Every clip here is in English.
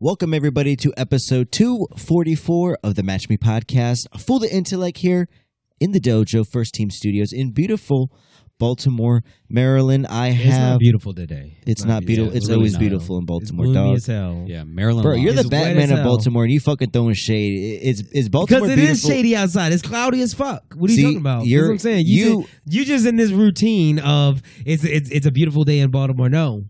Welcome, everybody, to episode 244 of the Match Me podcast. For the intellect here in the dojo, First Team Studios in beautiful Baltimore, Maryland. I It's not have. beautiful today. It's not beautiful. It's really always not. beautiful in It's Baltimore, gloomy dog. as hell. Yeah, Maryland. Bro, you're the It's wet Batman as of hell. Baltimore, and you fucking throwing shade. It- It's is Baltimore Because it is beautiful? shady outside. It's cloudy as fuck. What are See, you talking about? That's you're- what I'm saying. you- You, just- you just in this routine of it's it's it's a beautiful day in Baltimore. No.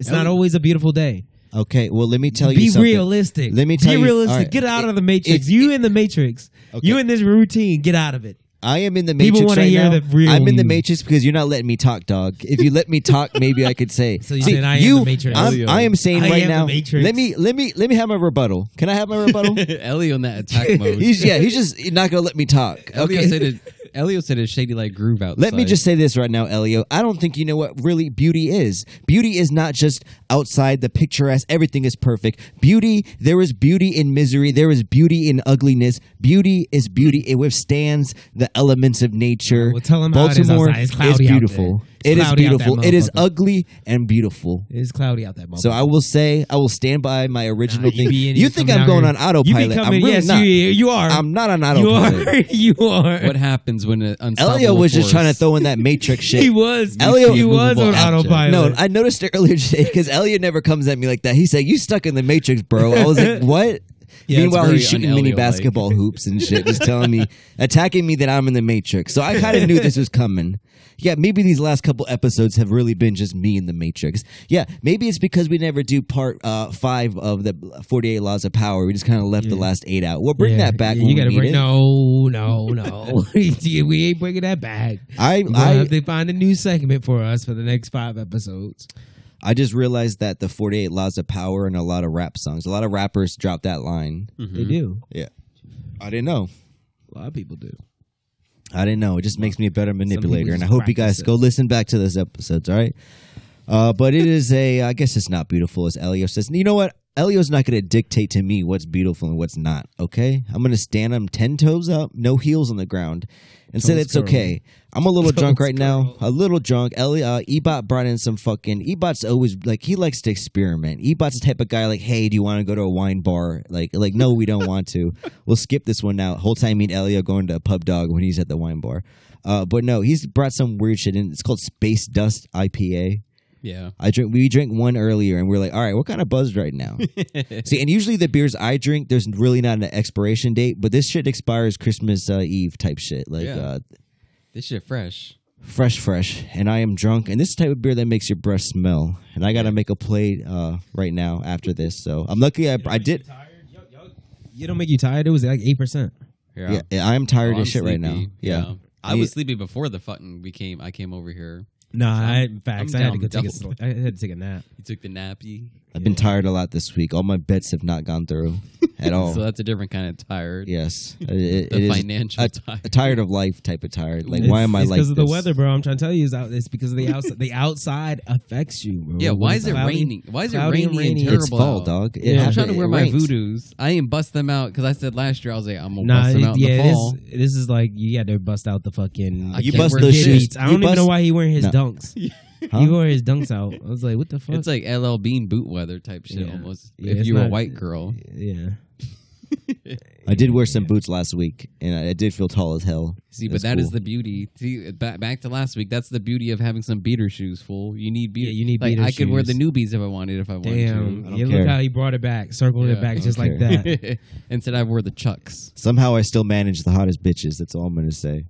It's not No. always a beautiful day. Okay, well let me tell you Be something. realistic. Let me tell Be you- all realistic. right. Get out It- of the matrix. it- you in the matrix. Okay. You in this routine. Get out of it. I am in the People matrix wanna right hear now. the real I'm in the you. matrix because you're not letting me talk, dog. If you let me talk, maybe I could say. So you See, said, "I am you, the matrix." I'm, I am saying I right am the now. matrix. Let me let me let me have my rebuttal. Can I have my rebuttal? Ellie on that attack mode. he's yeah. He's just not gonna let me talk. Elio Okay. said it. Elio said it's shady like groove outside. Let me just say this right now, Elio. I don't think you know what really beauty is. Beauty is not just outside the picturesque, everything is perfect. Beauty, there is beauty in misery, there is beauty in ugliness. Beauty is beauty. It withstands the elements of nature. Well, tell 'em how it is Baltimore outside. It's cloudy out beautiful. there. It's It is cloudy out that beautiful. It is motherfucker. ugly and beautiful. It's cloudy out that moment. So I will say, I will stand by my Nah, original you thing. be in- You think I'm coming out going here- on autopilot. You be I'm coming, really yes, not. You, you are. I'm not on you autopilot. are. You are. what happens when an unstoppable Elio was just force- trying to throw in that matrix shit. He was. Elio- he was on Immovable object. autopilot. No, I noticed it earlier today because Elliot never comes at me like that. He said, "You stuck in the matrix, bro." I was like, "What?" Yeah, it's Meanwhile, very he's shooting mini un-Elio-like. basketball hoops and shit, just telling me, attacking me that I'm in the matrix. So I kind of knew this was coming. Yeah, maybe these last couple episodes have really been just me in the matrix. Yeah, maybe it's because we never do part uh, five of the 48 Laws of Power. We just kind of left the last eight out. We'll bring Yeah, that back. yeah, when you we gotta need bring it. no, no, no. we ain't bringing that back. I, We're gonna I have to find a new segment for us for the next five episodes. I just realized that the 48 Laws of Power and a lot of rap songs, a lot of rappers dropped that line. They do. Yeah. I didn't know. A lot of people do. I didn't know. It just makes me a better manipulator. And I just hope you guys practice it. go listen back to those episodes, all right? Uh, but it is a, I guess it's not beautiful, as Elio says. And you know what? Elio's not going to dictate to me what's beautiful and what's not, okay? I'm going to stand on 10 toes up, no heels on the ground, and say Toes that's curled. okay. I'm a little Toes drunk right now, curled. a little drunk. Ellie, uh, Ebot brought in some fucking. Ebot's always like he likes to experiment. Ebot's the type of guy like, hey, do you want to go to a wine bar? Like, like no, we don't want to. We'll skip this one now. Whole time me and Ellie are going to a pub dog when he's at the wine bar. Uh, but no, he's brought some weird shit in. It's called Space Dust IPA. Yeah. I drink. We drank one earlier, and we are like, all right, we're kind of buzzed right now. See, and usually the beers I drink, there's really not an expiration date, but this shit expires Christmas uh, Eve type shit. Like, Yeah. uh, This shit fresh. fresh, fresh, and I am drunk. And this is the type of beer that makes your breath smell. And I got to make a plate uh, right now after this. So I'm lucky I, I did. You don't make you tired. It was like eight percent. Yeah, I am tired Oh, I'm as shit right now. sleepy. Yeah. I was sleepy before the fucking we came. I came over here. No, I, in fact, I'm I had to down go take a, double. sl- I had to take a nap. You took the nappy, I've been tired a lot this week. All my bets have not gone through at all. so that's a different kind of tired. yes, Uh, it, Oh. it- The it is financial a, tired. a tired of life type of tired. Like, why am I it's like Because of the this? weather, bro. I'm trying to tell you, it's, out, it's because of the outside. the outside affects you, bro. Yeah, why When is it cloudy- raining? Why is it cloudy and raining and rainy. terrible? It's fall, out? dog. It Yeah. I'm happened. trying to wear It my rains. voodoos. I ain't bust them out because I said last year I was like I'm gonna Nah, bust them it- out in yeah, the it fall. is, this is like you had to bust out the fucking. I You can't bust wear those kid shoes. boots. I You don't even bust- know why he wearing his No. dunks. Huh? He wore his dunks out. I was like, what the fuck? It's like LL Bean boot weather type shit Yeah. almost. Yeah, if it's you were a not- white girl, yeah. I did wear some boots last week, and I, I did feel tall as hell. see, That's but that is cool. the beauty. See, back back to last week. That's the beauty of having some beater shoes. Fool, you need beater. Yeah, you need like beater I could wear the shoes. newbies if I wanted. If I Damn. wanted don't Yeah, look care. how he brought it back, circled Yeah, it back I just don't like that. to. Instead, I wore the chucks Somehow I still manage the hottest bitches. That's all I'm gonna say.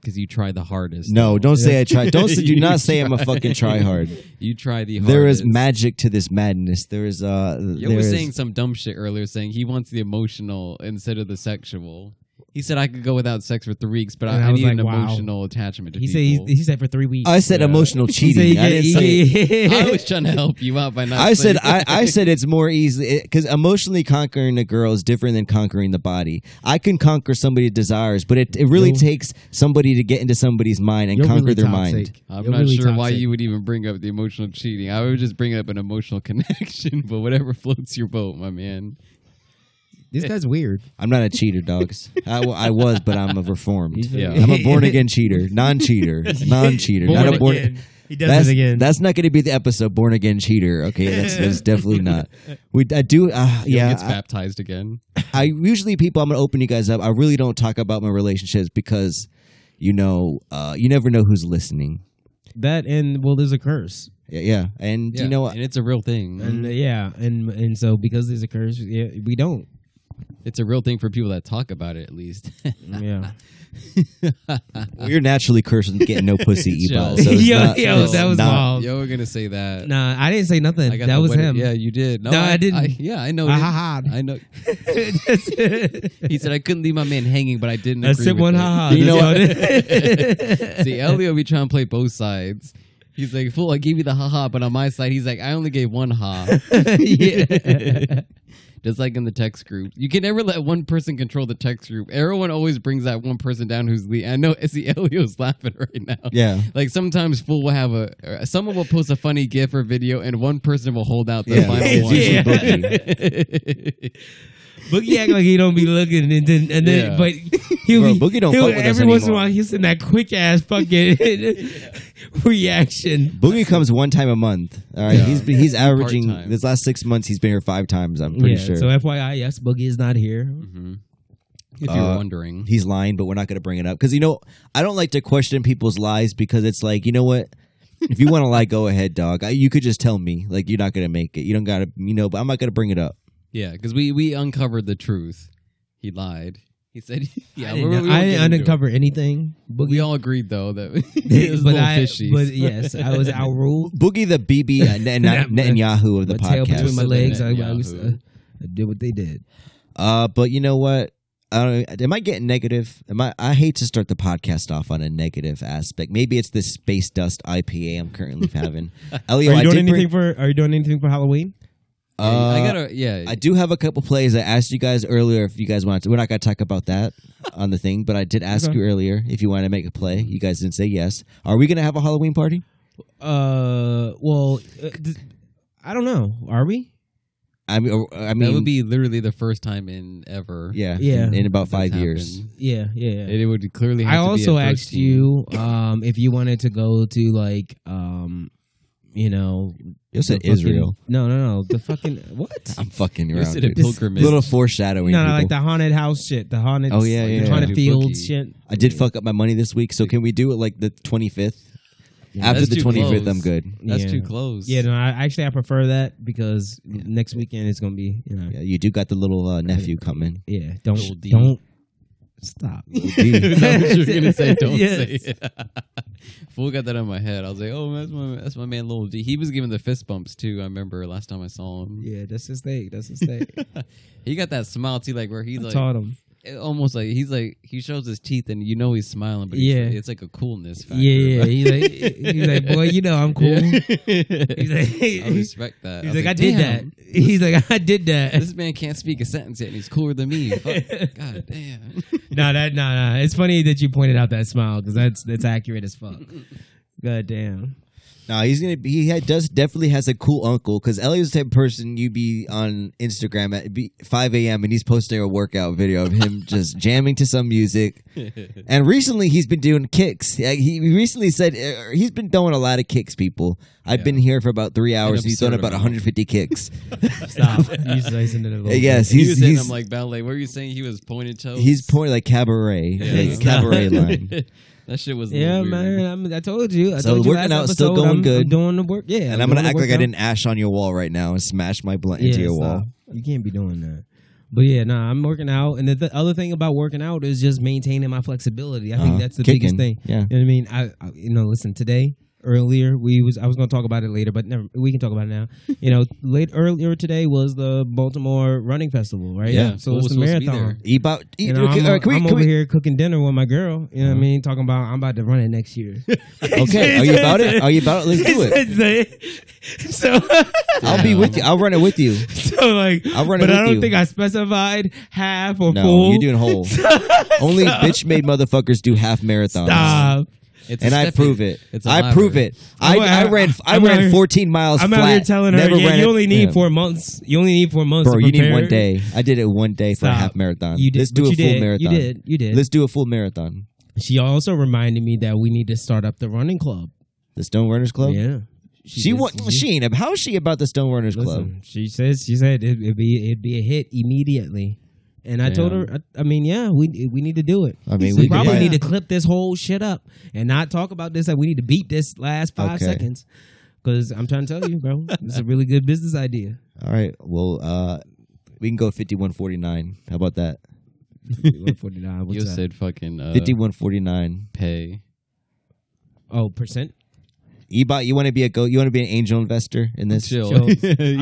because you try the hardest. No, don't say I try. Don't say, do You not say I'm a try. fucking tryhard. You try the hardest. There is magic to this madness. There is uh. You there was is- saying some dumb shit earlier, saying he wants the emotional instead of the sexual. He said I could go without sex for three weeks, but I, And I I was need an like, wow. emotional attachment to He said people. he, he said for three weeks. I said Yeah. emotional He said cheating. I didn't say. he- I was trying to help you out by not. I said saying- I, I said it's more easy because emotionally conquering a girl is different than conquering the body. I can conquer somebody's desires, but it, it really Yo. takes somebody to get into somebody's mind and You're conquer really their toxic. mind. I'm You're not really sure why toxic. you would even bring up the emotional cheating. I would just bring up an emotional connection, but whatever floats your boat, my man. This guy's weird. I'm not a cheater, dogs. I, wa- I was, but I'm a reformed. He's- Yeah. I'm a born again cheater, non cheater, non cheater, Born not a born. again. He does That's, it again. that's not going to be the episode born again cheater. Okay, that's, that's definitely not. We I do. Uh, yeah, yeah, gets I- baptized again. I usually people I'm gonna open you guys up. I really don't talk about my relationships because you know uh, you never know who's listening. that and well, there's a curse, Yeah, yeah. and Yeah, you know what? and it's a real thing. and uh, yeah, and and so because there's a curse, yeah, we don't. It's a real thing for people that talk about it, at least. Yeah, We're naturally cursed with getting no pussy, Yo. Ebot. So it's Yo, not- yo, it's that was not- wild. Yo, we're gonna say that. nah, I didn't say nothing. I got Oh. That the was wedding- him. Yeah, you did. No, No, I didn't. yeah, I know. Ah, him. ha, ha. I know. He said I couldn't leave my man hanging, but I didn't. I agree said with one it. ha ha. You know what? See, Elio be trying to play both sides. He's like, "Fool, I gave you the ha ha," but on my side, he's like, "I only gave one ha." yeah. Just like in the text group, you can never let one person control the text group. Everyone always brings that one person down who's the. I know. See, Elio's laughing right now. Yeah, Like sometimes fool will have a or someone will post a funny gif or video and one person will hold out the Yeah, final it's one. usually Boogie act like he don't be looking, and then, and then Yeah. but he'll Bro, be Boogie don't he'll- fuck with us every once in a anymore. while he'll send that quick ass fucking reaction. Boogie comes one time a month. All right, Yeah. he's been, he's averaging Part-time. this last six months. He's been here five times. I'm pretty yeah. sure. So FYI, yes, Boogie is not here. Mhm. If you're Uh, wondering, he's lying, but we're not going to bring it up because you know I don't like to question people's lies because it's like you know what. if you want to lie, go ahead, dog. I, you could just tell me, like you're not gonna make it. You don't gotta, you know. But I'm not gonna bring it up. yeah, because we we uncovered the truth. He lied. He said, "Yeah, I we- didn't, we know- won't I get didn't into it. uncover anything. Boogie, We all agreed though that it was a but little I, fishy. but yes, I was outruled. Boogie the BB and Net- Yeah, Net- Netanyahu of the My tail between my podcast. legs. I, I, Yahoo. was, uh, I did what they did. Uh, but you know what? I don't. Am I getting negative? Am I? I hate to start the podcast off on a negative aspect. Maybe it's this space dust IPA I'm currently having. Elio, are you I did doing bring- anything for? Are you doing anything for Halloween? uh, I gotta, yeah, I do have a couple plays. I asked you guys earlier if you guys want to. We're not going to talk about that on the thing, but I did ask Okay. you earlier if you want to make a play. You guys didn't say yes. Are we going to have a Halloween party? Uh, well, uh, d- I don't know. Are we? I mean, or- I mean, that would be literally the first time in ever. yeah, Yeah. in, in about that's five happened. years. Yeah, yeah. yeah. It would clearly. Have I to be also a first asked team. you um, if you wanted to go to like, um, you know, You said the fucking- Israel. No, no, no. The fucking what? I'm fucking You around. said a dude. pilgrimage. Little foreshadowing. No, no, people. like the haunted house shit. The haunted. Oh, yeah, like, yeah, The yeah. haunted Do field boogie. shit. I did fuck up my money this week, so can we do it like the 25th? After that's the too 25th, close. I'm good. That's Yeah. too close. Yeah, no. I, actually, I prefer that because next weekend is gonna be. You know, Yeah, you do got the little uh, nephew coming. yeah. Don't Little D. don't stop. that was you were gonna say. Don't Yes. say. It. Fool got that on my head. I was like, oh, that's my that's my man, Lil D. He was giving the fist bumps too. I remember last time I saw him. yeah, that's his thing. That's his thing. He got that smile too, like where he's I like taught him. it- almost like he's like he shows his teeth and you know he's smiling, but Yeah. yeah, it's like a coolness factor. Yeah, yeah. about- He's like, he's like, boy, you know, I'm cool. He's like, I respect that. He's was like, I did that. "Damn, He's like, I did that. This man can't speak a sentence yet, and he's cooler than me. Fuck. God damn. no, that no, no. It's funny that you pointed out that smile because that's that's accurate as fuck. God damn. No, he's gonna be. He had, does definitely has a cool uncle because Elliot's the type of person you be on Instagram at be 5 a.m. and he's posting a workout video of him just jamming to some music. And recently, he's been doing kicks. Yeah, He recently said uh, he's been doing a lot of kicks. People, I've Yeah. been here for about three hours. He's done absurd about amount. 150 kicks. Stop. you slicing it a little yes, bit. he's he was in he's, him like ballet. What were you saying? He was pointed Oh, toes. he's pointing like cabaret, Yeah. like cabaret line. that shit was. a Yeah, little weird. man. I'm, I told you. I So told you working last out's still episode, going I'm, good. I'm doing the work. Yeah, And I'm doing gonna the act like I workout. didn't ash on your wall right now and smash my blunt into Yeah, your stop. wall. You can't be doing that. But yeah, nah, I'm working out, and the th- other thing about working out is just maintaining my flexibility. I Uh, think that's the biggest kicking. thing. Yeah. You know what I mean? I, I you know, listen, today earlier we was I was gonna talk about it later, but never we can talk about it now. you know, late earlier today was the Baltimore Running Festival, right? Yeah. So Well, it's we're the supposed to be marathon. About You know, okay, I'm, all right, can we- I'm can over we- Uh-huh. here cooking dinner with my girl. You know what I mean? Talking about I'm about to run it next year. Okay, are you about it? Are you about it? Let's do it. so I'll be with you. I'll run it with you. so like I'll run it but with I don't you. think I specified half or No, full. you're doing whole. Only bitch made motherfuckers do half marathons. Stop. It's a and I step prove in. it. It's a I prove library. it. I, Oh, I- I ran I I'm out ran here- 14 miles I'm flat. out here telling her, never yeah, ran you it- only need yeah. four months. You only need four months. Bro, to you need one prepare. day. I did it one day for a Stop. half marathon. You did. Let's do but a you full did, marathon. You did. You did. Let's do a full marathon. she also reminded me that we need to start up the running club. The Stone Runners Club. Yeah. She did- wa- she ain't how is she about the Stone Runners Club? Listen, She says she said it, it'd be it'd be a hit immediately, and I told her, I, I mean, yeah, we we need to do it. I mean, we we could probably buy- need to clip this whole shit up and not talk about this. Like we need to beat this last five Okay. seconds because I'm trying to tell you, bro, it's a really good business idea. All right. Well, uh, we can go 5149. How about that? 149. You What's that? said fucking uh, 5149. pay. Oh, percent. Ebot, you want to be a go? You want to be an angel investor in this? Chill. chill.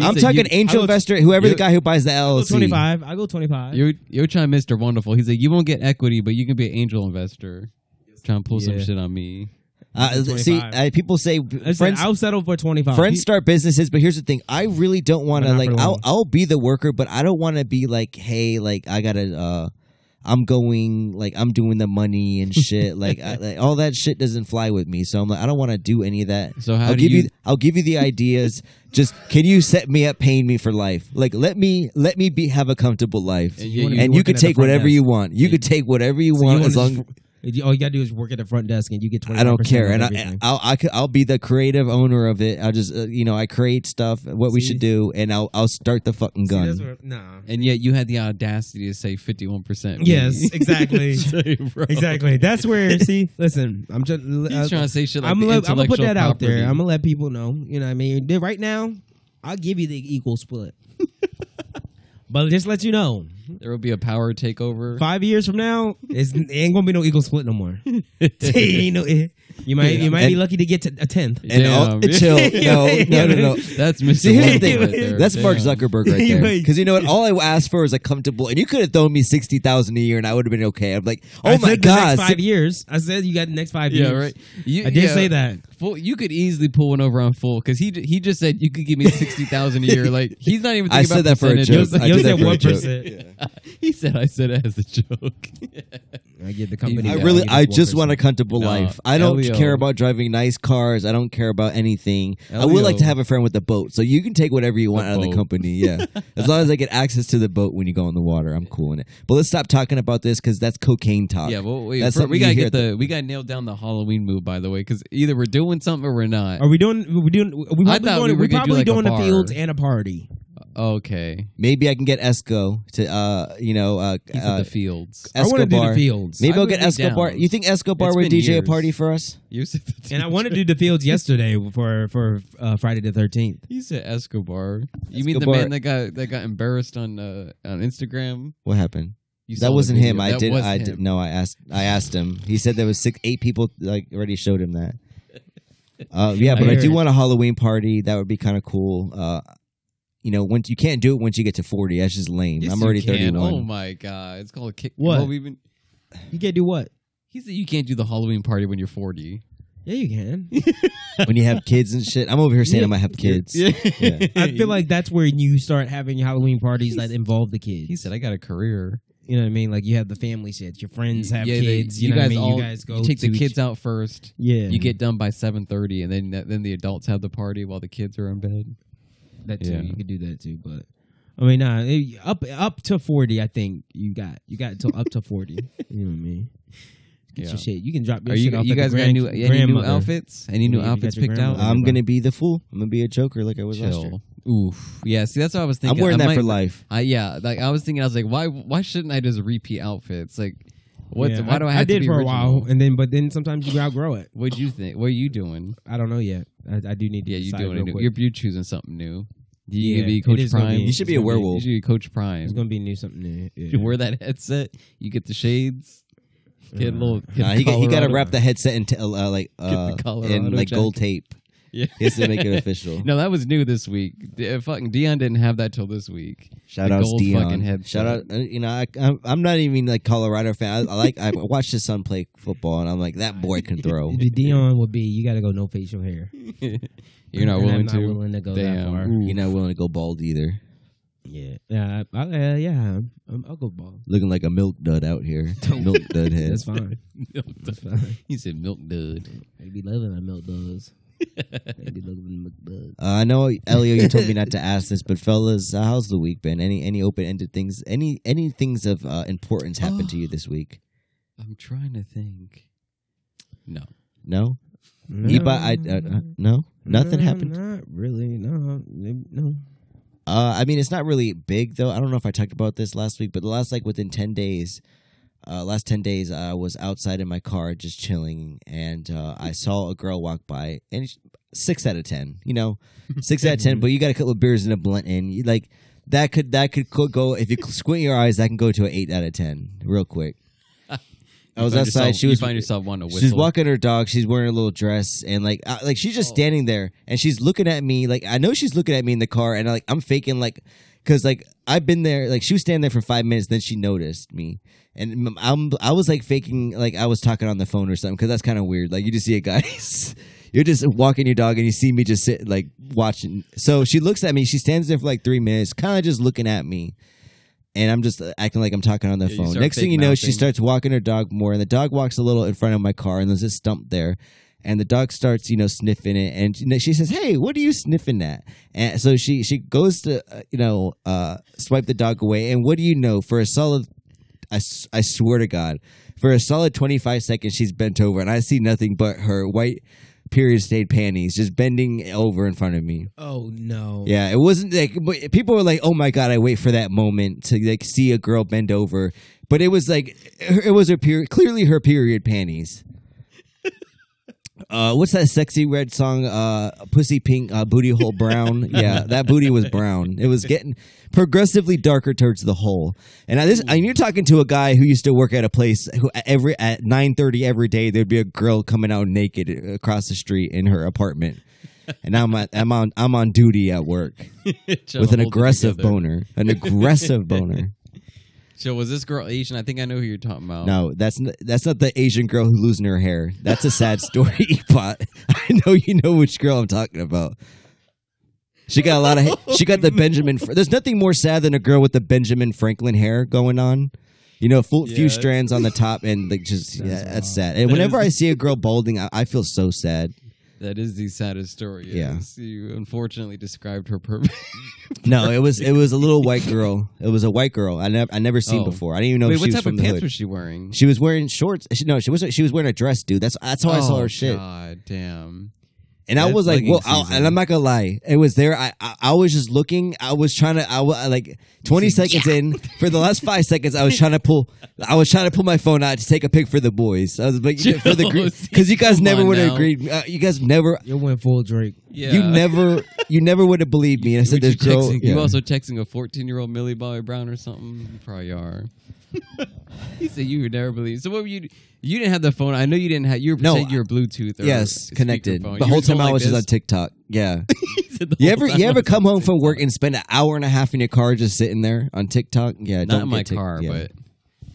I'm talking angel I would- investor. Whoever the you- guy who buys the LLC. 25. I go 25. You're you're trying, Mister Wonderful. He's like, you won't get equity, but you can be an angel investor. Trying to pull some Yeah. shit on me. Uh, see, 25. uh, people say Listen, friends. I'll settle for 25. Friends start businesses, but here's the thing: I really don't want But to not like. for long. I'll I'll be the worker, but I don't want to be like, hey, like I gotta. uh I'm going like I'm doing the money and shit like, I, like all that shit doesn't fly with me. So I'm like I don't want to do any of that. So how I'll do give you, you- I'll give you the ideas. Just can you set me up, paying me for life? Like let me let me be have a comfortable life, And and you you, wanna be working can at the take front whatever desk. you want. You could take whatever you So you want wanna as long. just- All you gotta do is work at the front desk and you get 25. I don't care, and I, everything. I'll I could, I'll be the creative owner of it. I'll just uh, you know I create stuff, what we See? should do, and I'll I'll start the fucking See, gun. that's where- nah. And yet you had the audacity to say fifty one percent. Yes, exactly. bro. Exactly. That's where. See, listen. I'm uh, just. He's trying to say shit like I'm the gonna, let- I'm gonna put intellectual that out there. property. I'm gonna let people know. You know what I mean? Then Right now, I'll give you the equal split. but just let you know, there will be a power takeover. five years from now, it's, it ain't gonna be no equal split no more. you, know, eh, you might you might be And- lucky to get to a tenth. And all, Damn. chill, no, no, no, no. That's Mr. See, here's the Wonderful thing. right there. That's Mark Damn. Zuckerberg right there. Wait. Because you know what? All I asked for was a comfortable, and you could have thrown me sixty thousand a year, and I would have been okay. I'm like, oh I my said the next god, five years. I said you got the next five Yeah, years. right. You, I did yeah. say that. Full, you could easily pull one over on full because he j- he just said you could give me sixty thousand a year. Like he's not even. Thinking I said about that for a You joke. percentages. I did that said for a one joke. percent. he said I said it as a joke. I get the I company. I Yeah, really, get I this just 1%. want a comfortable No, life. I don't LEO. care about driving nice cars. I don't care about anything. I would like to LEO. have a friend with a boat, so you can take whatever you want out of the boat. company. Yeah, as long as I get access to the boat when you go on the water, I'm cool in it. But let's stop talking about this because that's cocaine talk. yeah, well, wait, That's fir- something we you gotta hear get the, we gotta nail down the Halloween move by the way because either we're doing something or we're not. Are we doing? We doing? We I probably thought we doing. were We gonna do, probably like, a doing a bar. fields and a party. Oh. okay, Maybe I can get Esco to, uh, you know, uh, he's at uh, the fields. I want to do Escobar. the fields. Maybe I I'll would get be Escobar. down. You think Escobar It's would been DJ a years. party for us? You said the And I wanted to do the fields yesterday for for uh, Friday the thirteenth. He said Escobar. You mean the Escobar. man that got that got embarrassed on uh, on Instagram? What happened? You saw that the wasn't him. video. I That did. was I him. did. No, I asked. I asked him. He said there was six, eight people. Like already showed him that. Uh, yeah, but I, heard do it. want a Halloween party. That would be kind of cool. Uh, you know, once you can't do it once you get to forty. That's just lame. Yes, I'm you already can. thirty-one. Oh my god, it's called a kick. What? Well, we've been- You can't do what? He said you can't do the Halloween party when you're 40. Yeah, you can. when you have kids and shit, I'm over here saying I might have kids. Yeah. I feel like that's where you start having Halloween parties that involve the kids. he said I got a career. you know what I mean? Like you have the family shit. Your friends have Yeah, they- kids. you, know guys what I mean? all you guys go. you take the to- kids out first. Yeah, You get done by 7:30 and then then the adults have the party while the kids are in bed. that too. yeah. You could do that too, but. I mean, nah. it- Up, up to forty. I think you got, you got till up to forty. you know what I mean? Get Yeah. your shit. You can drop your Are you shit off. you at the guys got grand- new any new grandmother. outfits? Any new Yeah, you got outfits your picked out? grandmother. I'm gonna be the fool. I'm gonna be a joker like I was last year. chill. Oof. Yeah, see that's what I was I'm thinking. wearing I that for might- life. I yeah, like I was thinking I was like why why shouldn't I just repeat outfits? Like what Yeah, why do I have I did to be for a original? while, and then but then sometimes you outgrow it. What'd you think? What are you doing? I don't know yet. I, I do need to. Yeah, you decide doing real it. quick. You're, you're choosing something new. You Yeah, could be it Coach is gonna Prime. be- You should be it's a gonna werewolf. You should be Coach Prime. It's gonna be new something new. Yeah. You wear that headset. You get the shades. Get a little. Get Nah, Uh, he, got- he got to Colorado. wrap the headset in t- uh, like the uh, in Colorado like gold jacket. tape. Yeah. He has to make it official. No, that was new this week. D- uh, fucking Dion didn't have that till this week. Shout The out gold fucking Dion. headset. Shout out. uh, You know, I, I'm, I'm not even like Colorado fan. I, I like I watched his son play football, and I'm like that boy can throw. The Dion would be. You got to go no facial hair. You're not And willing I'm to. Not willing to go Damn. that far. You're not willing to go bald either. Yeah. Yeah. I, I, uh, yeah. I'm, I'll go ball. Looking like a milk dud out here. milk dud head. That's fine. Milk That's dud. fine. He said milk dud. They be loving my milk does. they be loving milk does. Uh, I know, Elio, you told me not to ask this, but fellas, uh, how's the week been? Any any open ended things? Any any things of uh, importance happened to you this week? I'm trying to think. No. No, Iba, I uh, uh, no, nothing No, happened. Not really. No. No. Uh, I mean, it's not really big though. I don't know if I talked about this last week, but the last like within ten days, uh, last ten days, I was outside in my car just chilling, and uh, I saw a girl walk by, and it's six out of ten, you know, six out of ten. But you got a couple of beers and a blunt in, you, like that could that could co- go if you squint your eyes, that can go to an eight out of ten real quick. I You was find outside. yourself- she was You find yourself wanting to whistle. She's walking her dog. She's wearing a little dress, and like, I, like she's just Oh. standing there, and she's looking at me. Like, I know she's looking at me in the car, and I, like I'm faking, like, cause like I've been there. Like she was standing there for five minutes, then she noticed me, and m- I'm I was like faking, like I was talking on the phone or something, cause that's kind of weird. Like you just see a guy, you're just walking your dog, and you see me just sit like watching. So she looks at me. She stands there for like three minutes, kind of just looking at me. And I'm just uh, acting like I'm talking on the Yeah, you phone. start Next thing fake you know, she mouthing. starts starts walking her dog more, and the dog walks a little in front of my car, and there's this stump there. And the dog starts, you know, sniffing it, and she- she says, "Hey, what are you sniffing at?" And so she she goes to, uh, you know, uh, swipe the dog away, and what do you know? For a solid, I, s- I swear to God, for a solid twenty five seconds, she's bent over, and I see nothing but her white period stained panties just bending over in front of me. Oh no. Yeah, it wasn't like but people were like, "Oh my god, I wait for that moment to like see a girl bend over," but it was like it was her period, clearly her period panties. Uh, what's that sexy red song? Uh, pussy pink, uh, booty hole brown. Yeah, that booty was brown. It was getting progressively darker towards the hole. And I, this, and you're talking to a guy who used to work at a place who every at nine thirty every day there'd be a girl coming out naked across the street in her apartment. And I'm at, I'm on I'm on duty at work Trying with to an hold it aggressive together. boner, an aggressive boner. So was this girl Asian? I think I know who you're talking about. No, that's n- that's not the Asian girl who's losing her hair. That's a sad story, Pot. I know you know which girl I'm talking about. She got a lot of. ha- She got the Benjamin. Fr- There's nothing more sad than a girl with the Benjamin Franklin hair going on. You know, full, few Yeah. strands on the top, and like just Sounds yeah, that's wild. sad. And That whenever is- I see a girl balding, I, I feel so sad. That is the saddest story. Yeah. Yes, You unfortunately described her perfect. No, it was it was a little white girl. It was a white girl. I never I never seen Oh. before. I didn't even know Wait, she what was type from of the pants hood. was she wearing? She was wearing shorts. She, no, she was she was wearing a dress, dude. That's that's how I saw Oh, her shit. God damn. And I That's was like, legging well, I, season. and I'm not gonna lie, it was there. I, I I was just looking. I was trying to. I wa- like 20 seconds in for the last five seconds. I was trying to pull. I was trying to pull my phone out to take a pic for the boys. I was like, Joe, for the because you guys come never on would have now. agreed. Uh, you guys never. You went full Drake. Yeah. You never. You never would have believed me. And I said, What you this girl. texting- yeah. You also texting a 14 year old Millie Bobby Brown or something? You probably are. he said you would never believe. So what were you? You didn't have the phone. I know you didn't have. You were No, pretending you were Bluetooth. Or Yes, connected. speakerphone. The You whole were time going I like was just this. on TikTok. Yeah. He said the You whole ever time you I ever was come on home from TikTok. work and spend an hour and a half in your car just sitting there on TikTok? Yeah, Not don't in my get Tik- car, yeah. but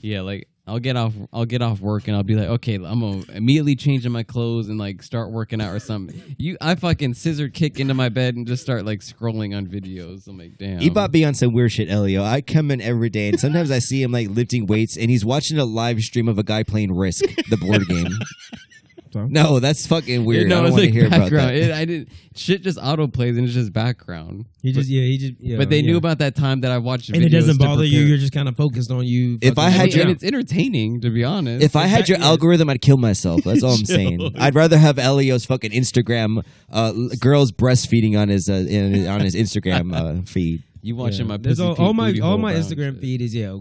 yeah, like I'll get off. I'll get off work and I'll be like, okay, I'm gonna immediately change in my clothes and like start working out or something. You, I fucking scissor kick into my bed and just start like scrolling on videos. I'm like, damn. Ebot be on some weird shit, Elio. I come in every day, and sometimes I see him like lifting weights, and he's watching a live stream of a guy playing Risk, the board game. So? No, that's fucking weird. No, I don't it's want like to hear about background. that. It, I didn't. Shit just autoplays and it's just background. He just yeah. He just yeah. but they yeah. knew about that time that I watched. And it videos doesn't to bother you. prepare. You're just kind of focused on you. If I fucking- had And, your- and it's entertaining to be honest. If I had your yeah. algorithm, I'd kill myself. That's all I'm saying. I'd rather have Elio's fucking Instagram uh, l- girls breastfeeding on his uh, in, on his Instagram uh, feed. you watching Yeah. my There's pussy all, all Pete my booty all hole my brown Instagram shit. feed is yeah, uh,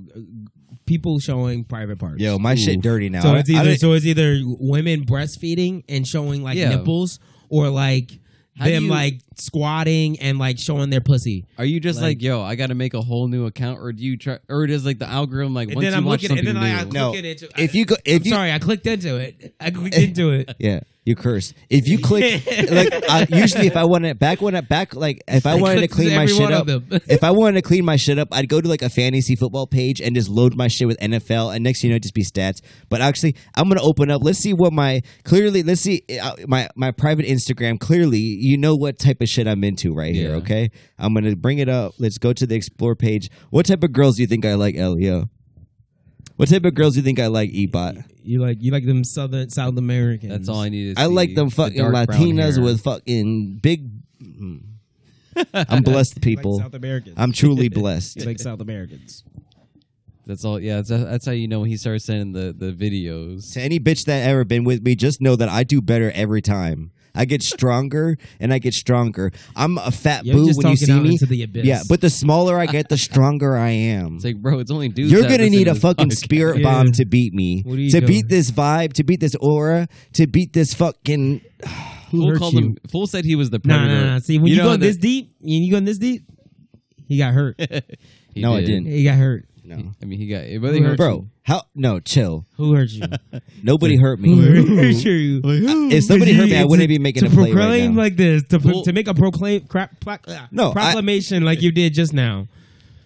people showing private parts. Yo, my shit dirty now. So I- it's I either don't- so it's either women breastfeeding and showing like Yeah. nipples or like How do them you- like squatting and like showing their pussy. Are you just like, Like- yo, I got to make a whole new account, or do you try, or it is like the algorithm like And once then you I'm watch looking- and something then I- I new? click- no, looking at you- if you go, if I'm you sorry, I clicked into it. I clicked into it. Yeah, you curse. If you click, like I, usually, if I want to back when I back like if I wanted to clicked clean my every shit one up, of them. if I wanted to clean my shit up, I'd go to like a fantasy football page and just load my shit with NFL, and next thing you know, it'd just be stats. But actually, I'm gonna open up. Let's see what my clearly. Let's see uh, my my private Instagram. Clearly, you know what type of shit I'm into right here. Yeah. Okay, I'm gonna bring it up. Let's go to the explore page. What type of girls do you think I like, Elio? What type of girls do you think I like, Ebot? You like you like them southern South Americans. That's all I needed. I like them fucking Latinas with fucking big. mm. I'm blessed, You like people. South Americans. I'm truly you blessed. like South Americans. That's all. Yeah, that's, that's how you know when he starts sending the the videos. to any bitch that ever been with me, just know that I do better every time. I get stronger and I get stronger. I'm a fat You're boo just when you talking see out me. into the abyss. Yeah, but the smaller I get, the stronger I am. It's like, bro, it's only dudes. You're that gonna listen need to a this fucking podcast. spirit Yeah. bomb to beat me, What are you to doing? beat this vibe, to beat this aura, to beat this fucking. who Fool hurt called you? him. Fool said he was the Nah, predator. nah, nah. See, when you, know go that- this deep, and you go this deep, he got hurt. He No, I didn't. he got hurt. No, I mean, he got. It really hurt bro, how? No, chill. Who hurt you? Nobody hurt Who me. hurt you? If somebody Did hurt me, he- I wouldn't to- be making to a play right proclaim now. like this to, Well- to make a proclaim crap, plac- uh, No, I- proclamation like you did just now.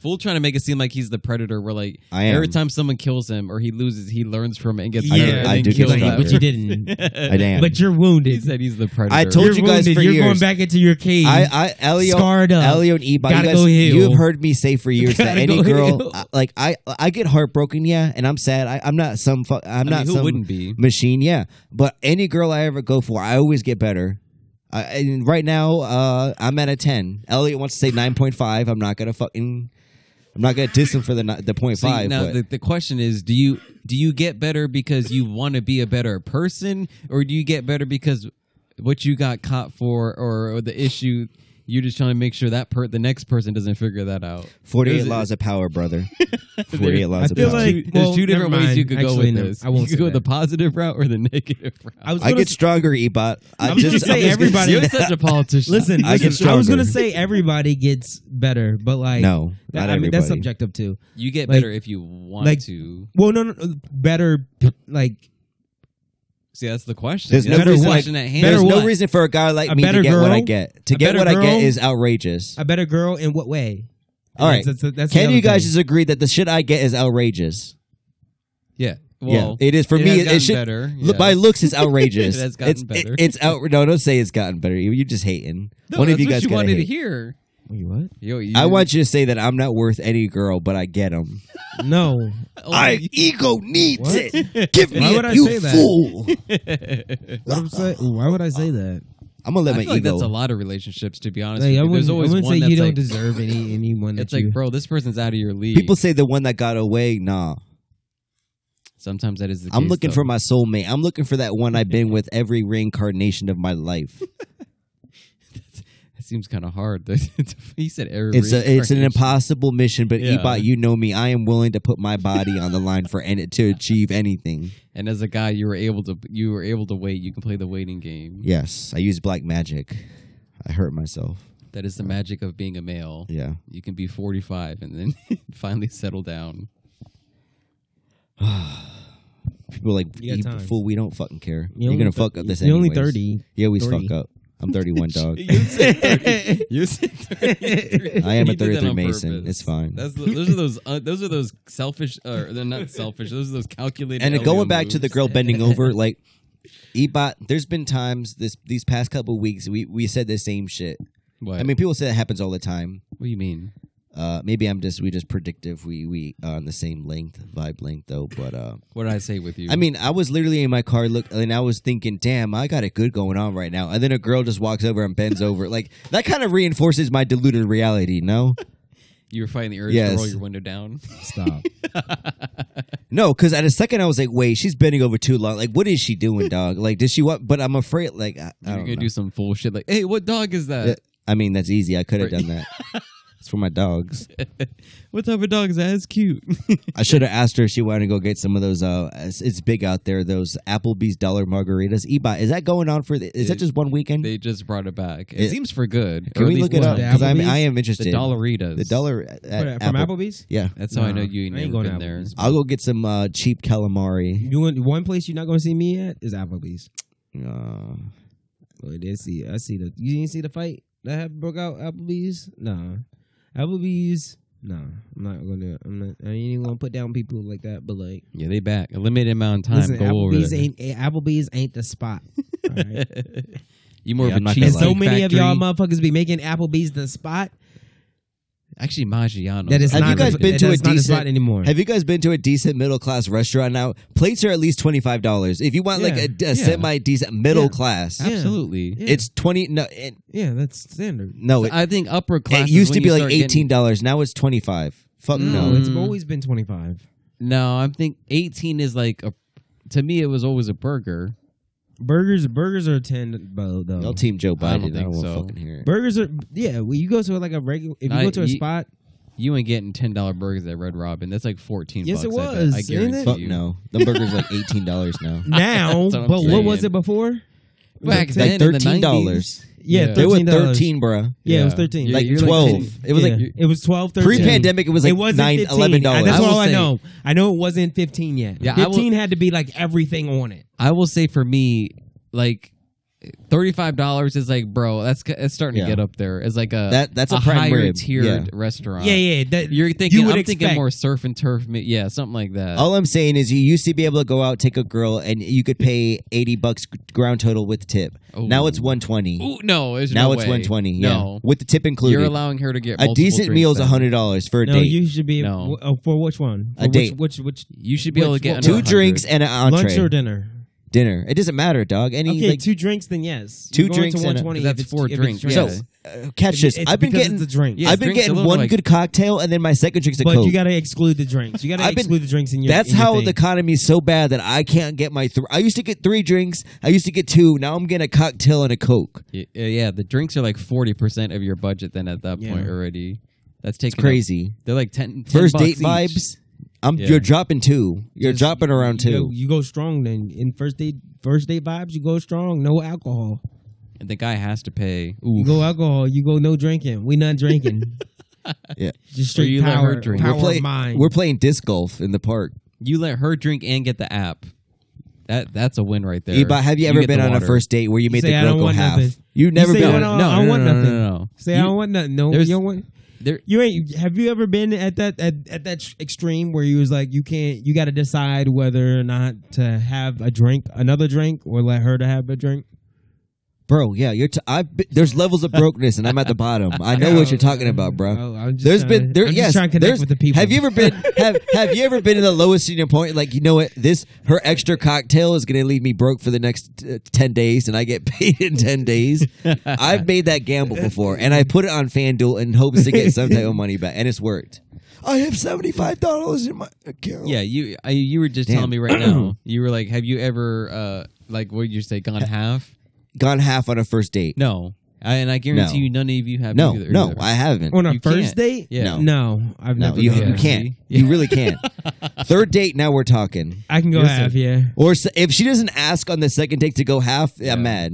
Fool trying to make it seem like he's the predator. Where like I am. every time someone kills him or he loses, he learns from it and gets. I- better and I then do get kills like, that. but you didn't. I damn. but you're He wounded. said he's the predator. I told you're you guys wounded. for you're going years. back into your cave. I, I, Elio, E, Scarred up. Elio and Eba, Gotta you guys, go heal. you've heard me say for years that Gotta any go girl, heal. I, like I, I get heartbroken, yeah, and I'm sad. I, I'm not some, fu- I'm I mean, not who some wouldn't be? machine, yeah. But any girl I ever go for, I always get better. I, and right now, uh, I'm at a ten. Elliot wants to say nine point five. I'm not gonna fucking, I'm not gonna diss him for the ni- the point See, five. now but the, the question is do you do you get better because you want to be a better person or do you get better because what you got caught for or, or the issue you're just trying to make sure that per- the next person doesn't figure that out Forty eight There's- laws of power, brother. Forty eight laws I of feel power. like- two- there's well, two different never ways you mind. could go Actually, with no, this I won't you could say go the that. positive route or the negative route I was I gonna get stronger, Ebot. I I'm just just gonna say I'm just everybody- you're such a politician Listen, I get listen, I, was stronger. gonna say everybody gets better, but like No, that- not I mean that's everybody. subjective too. you get like- better if you want like- to Well, no, no, no better like see that's the question There's no that's the reason- question at hand There's Better no what? reason for a guy like A me to better get what I girl? get. To A get better what I get girl? is outrageous. a better girl in what way? All right. That's- that's- that's Can the you other guys thing. just agree that the shit I get is outrageous? yeah well yeah, it is for it me. has It, gotten it should. better Look, yeah. My looks is outrageous. It has gotten it's, it- better. it's out. No, don't say it's gotten better. You- You're just hating. no, One that's of you what guys you gotta wanted to hate. hear Wait, what? Yo, you, I want you to say that I'm not worth any girl, but I get them. No, Oh, I ego needs What? it. Give Why me it, would I you say that? fool. what I'm saying. Why would I say that? I'm gonna let I my feel like ego. that's a lot of relationships, to be honest. Like, with I you. wouldn't, There's I always wouldn't one say that's you don't like, deserve any anyone. it's that you, like, bro, this person's out of your league. People say the one that got away. Nah, Sometimes that is the. I'm case, looking though. for my soulmate. I'm looking for that one I've been with every reincarnation of my life. It seems kind of hard. he said every. It's a it's an impossible mission, but Yeah. Ebot, you know me. I am willing to put my body on the line for any, to achieve anything. And as a guy, you were able to you were able to wait. You can play the waiting game. Yes, I use black magic. I hurt myself. That is the magic of being a male. Yeah. You can be 45 and then finally settle down. People are like You got "You time." fool. We don't fucking care. You're You're, only gonna thir- fuck up this. you're only anyways. 30. You always 30. fuck up. I'm 31, dog. You said 30. You said 33. I am a You did that 33 on Mason. purpose. It's fine. That's the, those are those uh, those are those selfish uh, or they're not selfish. Those are those calculated. and Elio going back to the moves. girl bending over, like Ebot, there's been times this these past couple weeks we we said the same shit. What? I mean, people say it happens all the time. what do you mean? Uh, maybe I'm just we just predictive. We we uh, on the same length vibe length though, but uh, What did I say with you? I mean, I was literally in my car, look, and I was thinking, "Damn, I got it good going on right now." And then a girl just walks over and bends over, like that kind of reinforces my deluded reality. No, you were fighting the urge Yes. to roll your window down. stop. no, because at a second I was like, "Wait, she's bending over too long. Like, what is she doing, dog? Like, does she want?" But I'm afraid. Like, I, I You're don't gonna know. do some fool shit like, "Hey, what dog is Yeah, that? I mean, that's easy. I could have done that. It's for my dogs. What type of dog is that? It's cute." I should have asked her if she wanted to go get some of those. Uh, it's, it's big out there. Those Applebee's dollar margaritas. Ebot, is that going on for? The, is that It- just one weekend? they just brought it back. It, It- seems for good. Can or at we least look it one. up? Because I Applebee's? am The interested. Dollaritas. The dollar at, From at from Apple. Applebee's. Yeah, That's how I know Nah, you ain't I ain't never going been to there. Applebee's. I'll go get some uh, cheap calamari. You want one place you're not gonna see me at is Applebee's. Uh, Well, I did see. I see the. You didn't see the fight that had broke out Applebee's. Nah, Applebee's. Nah, I'm not gonna. I'm not. I ain't even gonna put down people like that. But like, Yeah, they back a limited amount of time. listen, go over Applebee's there. ain't eh, Applebee's ain't the spot. all right? You more Yeah, of I'm a not cheese. gonna And Cheesecake so many of y'all motherfuckers be making Applebee's the spot Actually, Maggiano's. that is Have not you guys the- been that to a is not the spot decent- anymore. Have you guys been to a decent middle class restaurant now? Plates are at least twenty five dollars. If you want like Yeah, a, yeah. semi decent middle Yeah. class, Yeah. absolutely. Yeah. it's twenty. No, it, yeah, that's standard. no, it, I think upper class. it is used to uh, when be you like start getting- eighteen dollars. Now it's twenty five. Fuck No, no. it's Mm. always been twenty five. No, I think eighteen is like a. To me, it was always a burger. Burgers, burgers are ten though. though. I'll team Joe Biden. I I don't don't, think want to so. fucking hear it. Burgers are yeah. When you go to like a regular, if you I- go to a ye- spot, You ain't getting ten dollar burgers at Red Robin. That's like fourteen. Yes, it bucks, I bet. was, I, ain't guarantee it? Fuck you. no. The burger's like eighteen dollars now. now, That's what I'm but what was saying. it before? It was Back like then, ten- Like in the thirteen 90s. dollars. yeah, Yeah. They were thirteen thirteen, bruh. Yeah, it was 13. Like you're 12. 10. It was like- Yeah. it was twelve, thirteen. Pre pandemic, it was like nine, eleven dollars. That's I will all I say- know. I know it wasn't fifteen yet. Yeah, I will- fifteen had to be like everything on it. I will say for me, like thirty five dollars is like, bro, that's it's starting Yeah. to get up there. It's like a That that's a, Uh, a prime higher rib. tiered Yeah. restaurant. Yeah, yeah. That, You're thinking. would I'm expect- thinking more surf and turf. meat. Yeah, something like that. All I'm saying is, you used to be able to go out, take a girl, and you could pay eighty bucks ground total with tip. Ooh. Now it's one twenty. Ooh, no, there's Now no it's way. one twenty. Yeah, No, with the tip included. you're allowing her to get a multiple decent drinks meal is then. hundred dollars for a no, date. you should be No. oh, for which one? A For which- date. Which which, You should be able to Which- get two under 100. drinks and an entree. lunch or dinner? dinner. It doesn't matter, dog. Any Okay, like two drinks, then yes. Two You're going drinks to and a- one twenty. Because that's four drinks, yeah. so. Uh, catch this. I've been getting. the drink. Yeah, I've been drinks getting alone are one like- good cocktail and then my second drink's a but coke. you gotta exclude the drinks. You gotta I've been- exclude the drinks in your. That's in your how thing. the economy is so bad that I can't get my. Th- I used to get three drinks. I used to get two. Now I'm getting a cocktail and a coke. Yeah, uh, yeah, the drinks are like forty percent of your budget. Then at that point Yeah. already, that's taking It's crazy. Up. They're like 10, 10 First bucks date each. vibes. I'm. Yeah. You're dropping two. You're Just- dropping around you two. go- You go strong then in first date. First date vibes. You go strong. No alcohol. and the guy has to pay. You Ooh, go alcohol. You go no drinking. We not drinking. Yeah. Just straight you let her power. drink. Power we're playing. of mind. We're playing disc golf in the park. you let her drink and get the app. That that's a win right there. Iba, have you ever get been the on a water. first date where you made say, the "I girl don't go want half? nothing. You've never say, been. "I on don't- it. No, I no, want no, no, nothing. no, no. Say You- I don't want nothing. No, you there's- don't want. There, You ain't. Have you ever been at that at, at that sh- extreme where you was like you can't. You got to decide whether or not to have a drink, another drink, or let her to have a drink. Bro, yeah, you're. T- I've been, there's levels of brokenness, and I'm at the bottom. I know what you're talking about, bro. Oh, I'm just There's trying to- been there. I'm just yes, trying to connect there's- with the people. Have you ever been? Have Have you ever been in the lowest senior point? Like you know what? This her extra cocktail is going to leave me broke for the next uh, ten days, and I get paid in ten days. I've made that gamble before, and I put it on FanDuel in hopes to get some type of money back, and it's worked. I have seventy five dollars in my account. yeah, you I, you were just Damn. telling me right now. You were like, have you ever uh like what did you say gone half? gone half on a first date. No, I, and I guarantee No. you, none of you have. No, either, no, either. I haven't. on a You first can't. date? Yeah. No. No, I've No, never. you, done you that. can't. You really can't. Third date, now we're talking. I can go Listen. half. Yeah. Or s- if she doesn't ask on the second date to go half, I'm mad.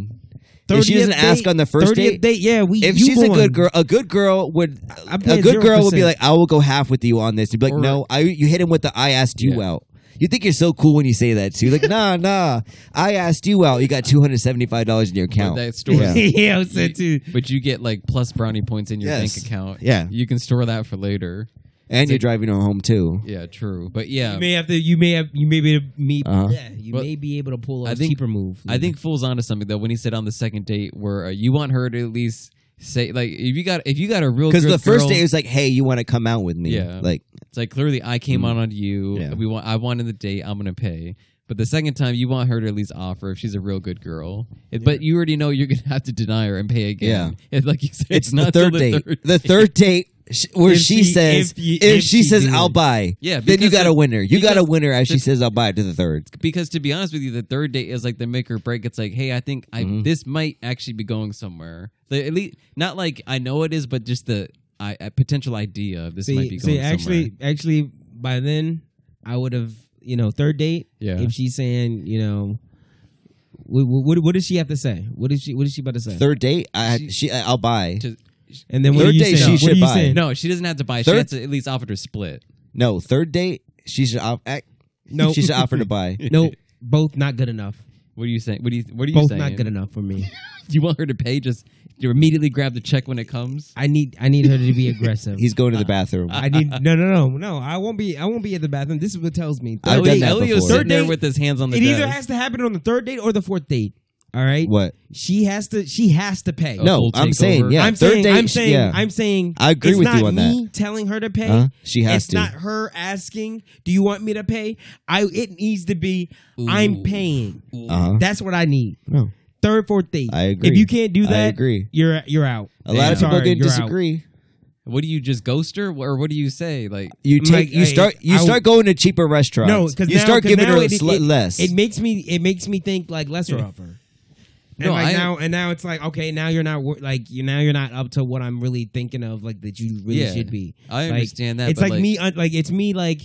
If she 30th doesn't ask date- on the first 30th date, date, yeah, we. if you she's a going. good girl, a good girl would I'm a paying good girl would be 0%. like, I will go half with you on this. You'd be like, Or- no, I you hit him with the I asked you Yeah. out. You think you're so cool when you say that too? Like, nah, nah, I asked you out. You got two hundred seventy five dollars in your But account. that stores, yeah, Yeah. I said too. but you get like plus brownie points in your Yes. bank account. Yeah. you can store that for later. and you're driving her home too. Yeah, true. But yeah, You may have to. You may have. You may be. Me, Uh-huh. yeah, you But may be able to pull I a think- cheaper move. I think Fool's onto something though when he said on the second date where uh, you want her to at least say like if you got if you got a real Because good the first girl, date was like, hey, you want to come out with me? Yeah. Like, it's like clearly I came out on you. Mm. Yeah. We want I wanted the date. I'm gonna pay. But the second time you want her to at least offer if she's a real good girl. It- But you already know you're gonna have to deny her and pay again. And like you said, it's, the not till third date. the third date sh- where If she, she- says, if, if you- if she she says, do it. I'll buy. Yeah, Then you because got the- a winner. You got a because winner as she the- says, I'll buy to the third. because to be honest with you, the third date is like the make or break. It's like, hey, I think I Mhm. this might actually be going somewhere. The, at least not like I know it is, but just the I, a potential idea of this might be going actually, somewhere. actually, by then, I would have. You know, third date. Yeah. If she's saying, you know, what, what, what does she have to say? What is she? What is she about to say? Third date, I She- she I'll buy. To- and then what third are you date, saying? she What should are you buy. saying? no, she doesn't have to buy. Third- she has to at least offer to split. No, third date, she should op- act, Nope. she should offer to buy. no, both not good enough. What are you saying? What do you What are you Both saying? not good enough for me. You want her to pay? Just you immediately grab the check when it comes. I need I need her to be aggressive. He's going to the bathroom. I need no no no no. I won't be I won't be at the bathroom. This is what tells me. I've Third done date, that Elio's before. sitting Third there date- with his hands on the it either desk. has to happen on the third date or the fourth date. All right, What? she has to. She has to pay. A No, full I'm takeover. saying yeah. I'm third saying. date, I'm sh- saying. yeah. I'm saying. I agree it's with not you on that. me Telling her to pay. Huh? She has it's to. not her asking. Do you want me to pay? I. It needs to be. I'm Ooh. paying. Uh-huh. That's what I need. No. Third, fourth date. I agree. If you can't do I that, agree. You're you're out. A lot of Sorry, people can you're out. disagree. What do you just ghost her, or what do you say? Like, You I'm take like, you hey, start you I start would- going to cheaper restaurants. No, because you now- start 'cause giving now her it- sli- it- less. It makes me it makes me think like lesser of her. And No, like I- now, and now it's like okay, now you're not wor- like you now you're not up to what I'm really thinking of like that you really Yeah. should be. I Like, understand that. it's but like, me un- like it's me like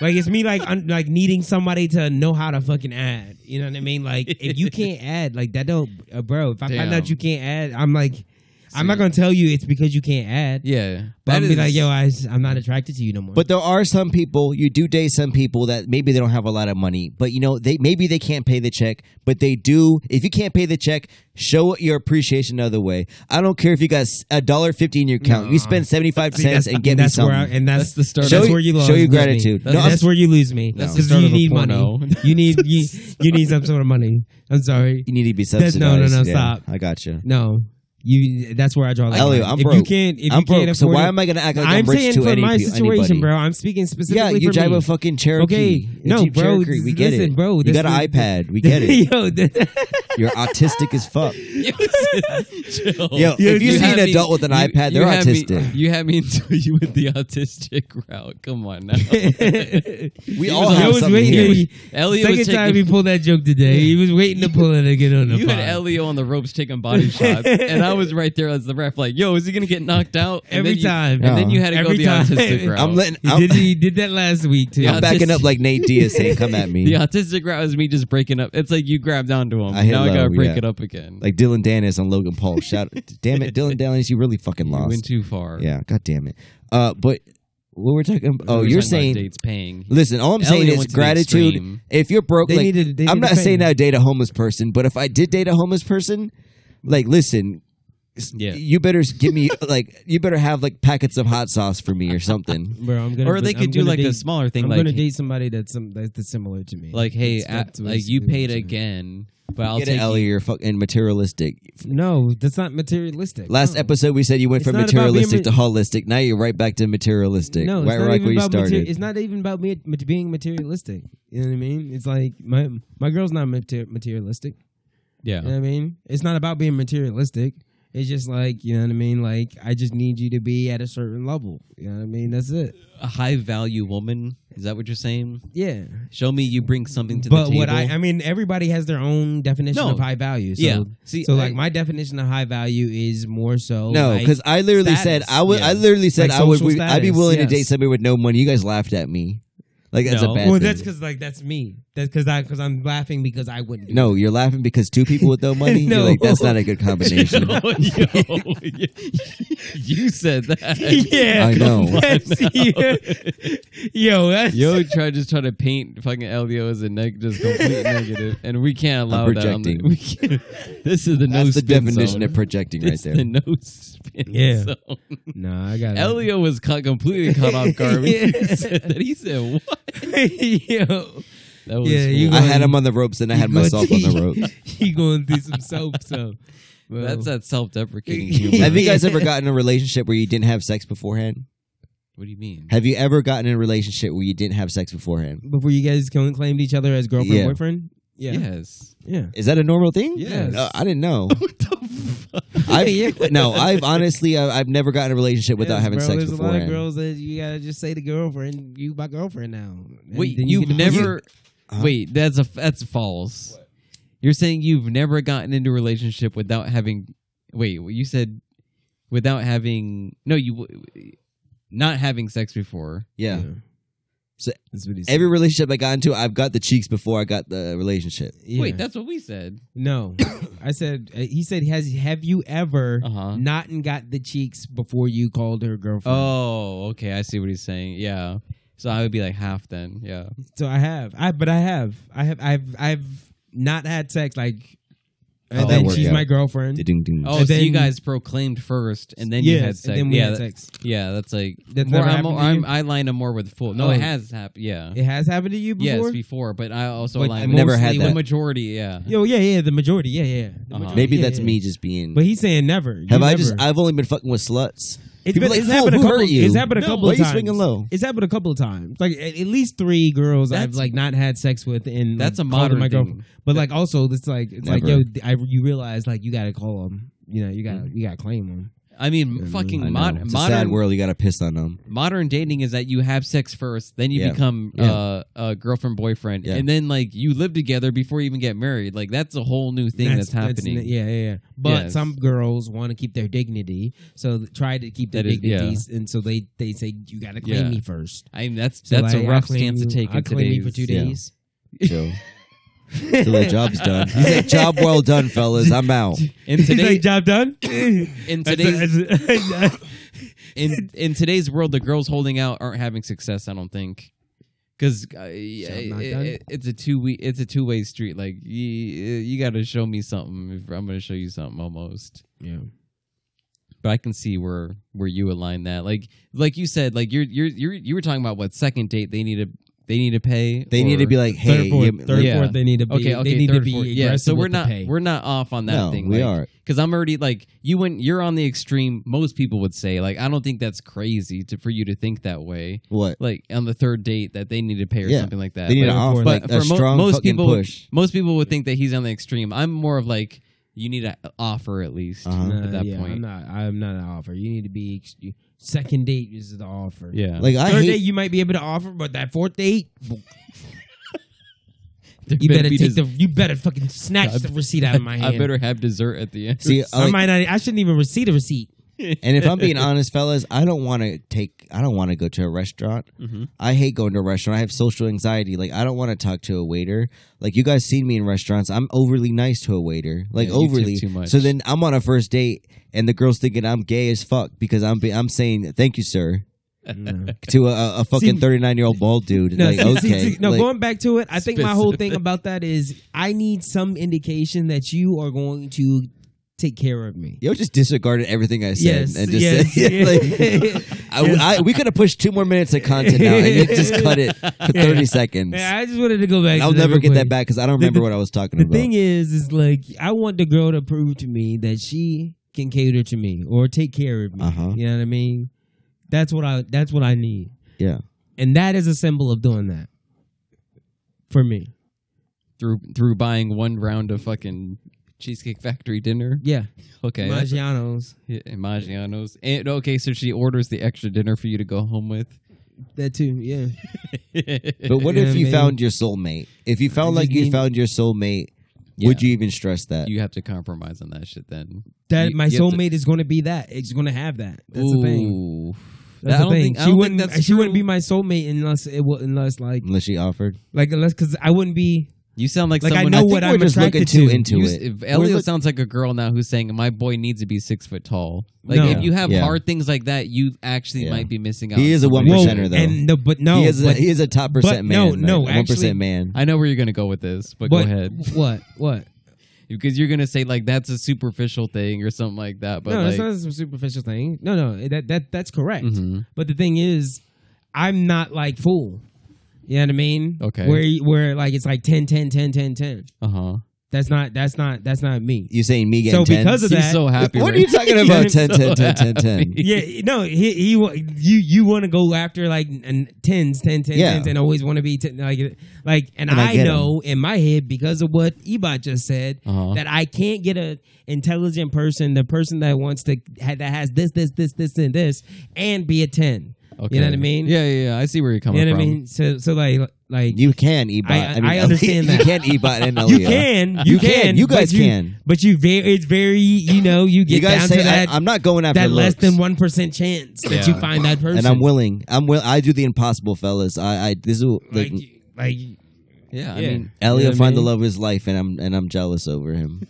like it's me like un- like needing somebody to know how to fucking add. You know what I mean? Like if you can't add, like that don't, uh, bro. If I find Damn. out you can't add, I'm like, I'm not See. gonna tell you it's because you can't add. Yeah, But I'm gonna That be like, is- yo, I, I'm not attracted to you no more. but there are some people you do date some people that maybe they don't have a lot of money, but you know they maybe they can't pay the check, but they do. If you can't pay the check, show your appreciation another way. I don't care if you got s- a dollar fifty in your account. You Nah. spend seventy five See, cents that's- and get me that's something. Where I, and that's, That's the start Show That's you- where you lose. show you lose me. gratitude. That's, No, I'm that's where you lose me. That's That's the start you of a need porno. money. You need you, you need some sort of money. I'm sorry. you need to be That's- subsidized. no, no, no, Yeah, stop. I got you. No, you. That's where I draw the line. Elliot, I'm if you broke. can't, if I'm you can't broke, so afford why it- am I gonna act like I'm, I'm rich saying to for any, my pe- situation, anybody? bro. I'm speaking specifically Yeah, you for drive me. a fucking Cherokee. Okay, a no, Jeep bro. Cherokee. We get listen, it, bro. You this got an is- iPad. We get it. Yo, th- You're autistic as fuck. Chill. Yo, if you, you see had an me- adult with an you- iPad, you they're had me- autistic. you had me until you went the autistic route. Come on now. we you all was- I have was something waiting here. to- Elliot was Second taking, time he pulled that joke today. He was waiting to pull it again on the you had pod. Elio on the ropes taking body shots, and I was right there as the ref, like, "Yo, is he gonna get knocked out?" And Every then you- time. and then Yeah. you had to Every go the time. autistic route. I'm letting. He I'm, did, he did that last week too. Yeah, I'm backing up like Nate Diaz saying, "Come at the me." autistic route is me just breaking up. It's like you grabbed onto him. I hit now I gotta low, break yeah. it up again. Like Dylan Danis on Logan Paul. Shout! damn it, Dylan Danis, you really fucking you went lost. too far. Yeah, god damn it. Uh, but what we're talking? We Oh, were you're talking about saying. dates paying. Listen, all I'm Elliot saying is went to the gratitude. extreme. If you're broke, They like, needed- they I'm needed not to pay. saying I date a homeless person, but if I did date a homeless person, like, listen, s- Yeah. you better s- give me like, you better have like packets of hot sauce for me or something. Bro, I'm gonna or they I'm could do gonna like date, a smaller thing, I'm like gonna date somebody that's some that's similar to me. like hey, That's- that's I- what like it's- you paid it's- again, but I'll Get take it, Ellie. you. You're fucking materialistic. No, that's not materialistic. Last no. episode, we said you went It's from not about being materialistic ma- to holistic. Now you're right back to materialistic. No, it's right, not right even where you about materi- started. it's not even about me mat- being materialistic. You know what I mean? It's like my my girl's not mater- materialistic. You know Yeah, what I mean? It's not about being materialistic. It's just like you know what I mean. Like I just need you to be at a certain level. You know what I mean? That's it. a high value woman. Is that what you're saying? Yeah. Show me you bring something to But the table. what I I mean, everybody has their own definition No. of high value. So yeah, see, So like I- my definition of high value is more so no, like- because I literally status, said I would. I yeah. literally said Like I would. social I'd be status, willing yes. to date somebody with no money. You guys laughed at me. Like that's No. a bad well thing. that's because like that's me that's because I because I'm laughing because I wouldn't do no, you're laughing because two people with no money. You're No. like that's not a good combination. Yo, yo, you, you said that. that. yeah I know. Yes, yeah. yo that's Yo, try just try to paint fucking LDO as a neg, just complete negative, and we can't allow I'm that. on the- projecting. we can't- this is the no that's the spin definition zone. of projecting right This there. the no spin Yeah. zone. no I got Elio was cut, completely caught off guard when you said that. He said, "What?" yo That was Yeah, you cool. I going- had him on the ropes and I had You going myself on the through- ropes. you going through some soap so bro. That's that self-deprecating humor. Have you guys ever gotten in a relationship where you didn't have sex beforehand? what do you mean? Have you ever gotten in a relationship where you didn't have sex beforehand? before you guys co- claimed each other as girlfriend Yeah. boyfriend yeah Yes. yeah Is that a normal thing? Yes. Uh, I didn't know. What the I've, No, I've honestly, uh, I've, I've never gotten in a relationship without Yes, having bro, sex there's a lot of beforehand. girls that you gotta just say to girlfriend you my girlfriend now And Wait, then you you've get to- never. Huh? Wait, that's a that's false. You're saying you've never gotten into a relationship without having. Wait, you said without having. No, you not having sex before. Yeah. So That's what he said. Every relationship I got into, I've got the cheeks before I got the relationship. Yeah. Wait, that's what we said. no. I said uh, he said has have you ever Uh Uh-huh. huh. not and got the cheeks before you called her girlfriend? Oh, okay. I see what he's saying. Yeah. So I would be like half then. Yeah. So I have. I but I have. I have I've I've not had sex like and Oh, then that she's workout. my girlfriend. Ding, ding. Oh, And so you then- guys proclaimed first, and then yeah, you had sex. And then we yeah, had that- sex. yeah, that's like That's more, never I'm, happened to I'm, you? I line up more with full. No, Oh. it has happened. Yeah, It has happened to you yes, before. before, but I also But line I up never had mostly that. with majority. Yeah, Yo, Oh, yeah, yeah, the majority, yeah, yeah. The Uh-huh. majority, Maybe yeah, that's yeah. me just being. But he's saying never. You have I never. just? I've only been fucking with sluts. It's People been, like, it's fool, happened a who hurt couple. you? It's happened a No, couple why you times. swinging low? It's happened a couple of times. Like at, at least three girls I've That's- like not had sex with, and that's like, a called them modern my girlfriend. thing. But like also, it's like it's like yo, Never. I you realize like you gotta call them. You know, you gotta Mm-hmm. you gotta claim them. I mean, Mm, I know. fucking mod- it's a sad modern world. You gotta piss on them. modern dating is that you have sex first, then you Yeah. become Yeah. Uh, a girlfriend boyfriend, Yeah. and then like you live together before you even get married. Like that's a whole new thing that's, happening. yeah, yeah, yeah. But Yes. some girls want to keep their dignity, so th- try to keep their That is- yeah. dignities, and so they they say you gotta claim Yeah. me first. I mean, that's So, that's like, a I rough claim stance to you- take I in claim today's. you for two yeah. days. So, till the job's done. He's like, job well done, fellas. I'm out. In He's today's like, job done. in That's a- today's that's a- in in today's world, the girls holding out aren't having success. I don't think, because uh, yeah, Job it, not done. it- it's a two we it's a two way street. Like you, you got to show me something. If I'm going to show you something, almost. yeah. But I can see where where you align that. Like like you said, like you're you're you're you were talking about what second date they need to they need to pay. They need to or- be like, Third, hey, fourth, you- third, yeah. fourth, they need to be. Okay, okay, they need third, to be fourth. aggressive yeah. So we're with the not pay. we're not off on that no, thing. we like, are. because I'm already like you when you're on the extreme. Most people would say like I don't think that's crazy to for you to think that way. What? Like on the third date that they need to pay or Yeah. something like that. They need an But- off, for like but a for mo- strong most fucking people- push. most people would think that he's on the extreme. I'm more of like you need an offer at least Uh-huh. Nah, at that Uh, yeah, point. I'm not. I'm not an offer. You need to be. ex- you- Second date is the offer. yeah, Like I Third hate. date you might be able to offer, but that fourth date, There you better be take des- the. You better fucking snatch I- the receipt out of my hand. I better have dessert at the end. see, I I like- might not. e, I shouldn't even receive the receipt. and if I'm being honest, fellas, I don't want to take. I don't want to go to a restaurant. Mm-hmm. Mhm. I hate going to a restaurant. I have social anxiety. Like I don't want to talk to a waiter. Like you guys seen me in restaurants. I'm overly nice to a waiter. Like Yeah, you tip overly. too much. So then I'm on a first date and the girl's thinking I'm gay as fuck because I'm be- I'm saying thank you sir to a, a fucking See- 39 year old bald dude. No, like see- see- Mm. okay. see- no Like, going back to it, I think my whole thing Specific. about that is I need some indication that you are going to take care of me. Yo just disregarded everything I said Yes, and just yes, said yes. like, I- I- we could have pushed two more minutes of content out and you just cut it for 30 seconds. Yeah, I just wanted to go back. I'll to never get quick. that back because I don't remember the- what I was talking The about. thing is, is like I want the girl to prove to me that she can cater to me or take care of me. Uh-huh. You know what I mean? That's what I. That's what I need. Yeah. and that is a symbol of doing that for me. through through buying one round of fucking Cheesecake Factory dinner. Yeah, Okay, that's- Maggiano's. Yeah, and Maggiano's. And okay, so she orders the extra dinner for you to go home with. That too. Yeah. But what Yeah, if you maybe. found your soulmate? If you felt I like just you need- found your soulmate, Yeah. would you even stress that? you have to compromise on that shit then. That You- my you have to- soulmate is going to be that. It's going to have that. That's the thing. Ooh. That's I the don't thing. think- I she don't think wouldn't. that's she wouldn't true. be my soulmate unless it was unless like Unless she offered. like unless because I wouldn't be You sound like, Like, I someone. know I think what we're I'm just looking attracted too to. into You- it. if Elio look- sounds like a girl now who's saying my boy needs to be six foot tall. Like No. if you have Yeah. hard things like that, you actually Yeah. might be missing out. He on is a somebody. one percenter though. and no, but no, he, is a, but, he is a top but percent no, man. no, like, one actually- percent man. I know where you're gonna go with this, but, but go ahead What? What? because you're gonna say like that's a superficial thing or something like that. But no, like, that's not some superficial thing. No, no, that that that's correct. Mhm. But the thing is, I'm not like fool. You know what I mean? Okay. Where where like it's like 10, 10, 10, 10, 10. uh huh. That's not that's not that's not me. You saying me So getting ten? because of that- He's so happy. what are right you talking now. about? He's 10, so 10, 10, 10, 10. happy. yeah, no, he, he wa- you you want to go after like and tens, ten, ten, Yeah. tens, and always want to be ten, like like. And, And I I, get 'em. know in my head because of what Ebot just said Uh-huh. that I can't get a intelligent person, the person that wants to ha- that has this, this, this, this, and this, and be a ten. You know what I mean? Yeah, yeah, yeah. I see where you're coming You know from. what I mean? So so like like You can ebot. I- I, mean, I understand you that. can ebot and Elio. you can you, E You can. You but guys can. but you very it's very you know you get You guys down say to I, that I'm not going after that less looks. than one percent chance that Yeah. you find that person and I'm willing. I'm will. I do the impossible, fellas. I, I this is like, like like Yeah, Yeah. I mean, Elio what I find the mean? love of his life, and I'm and I'm jealous over him.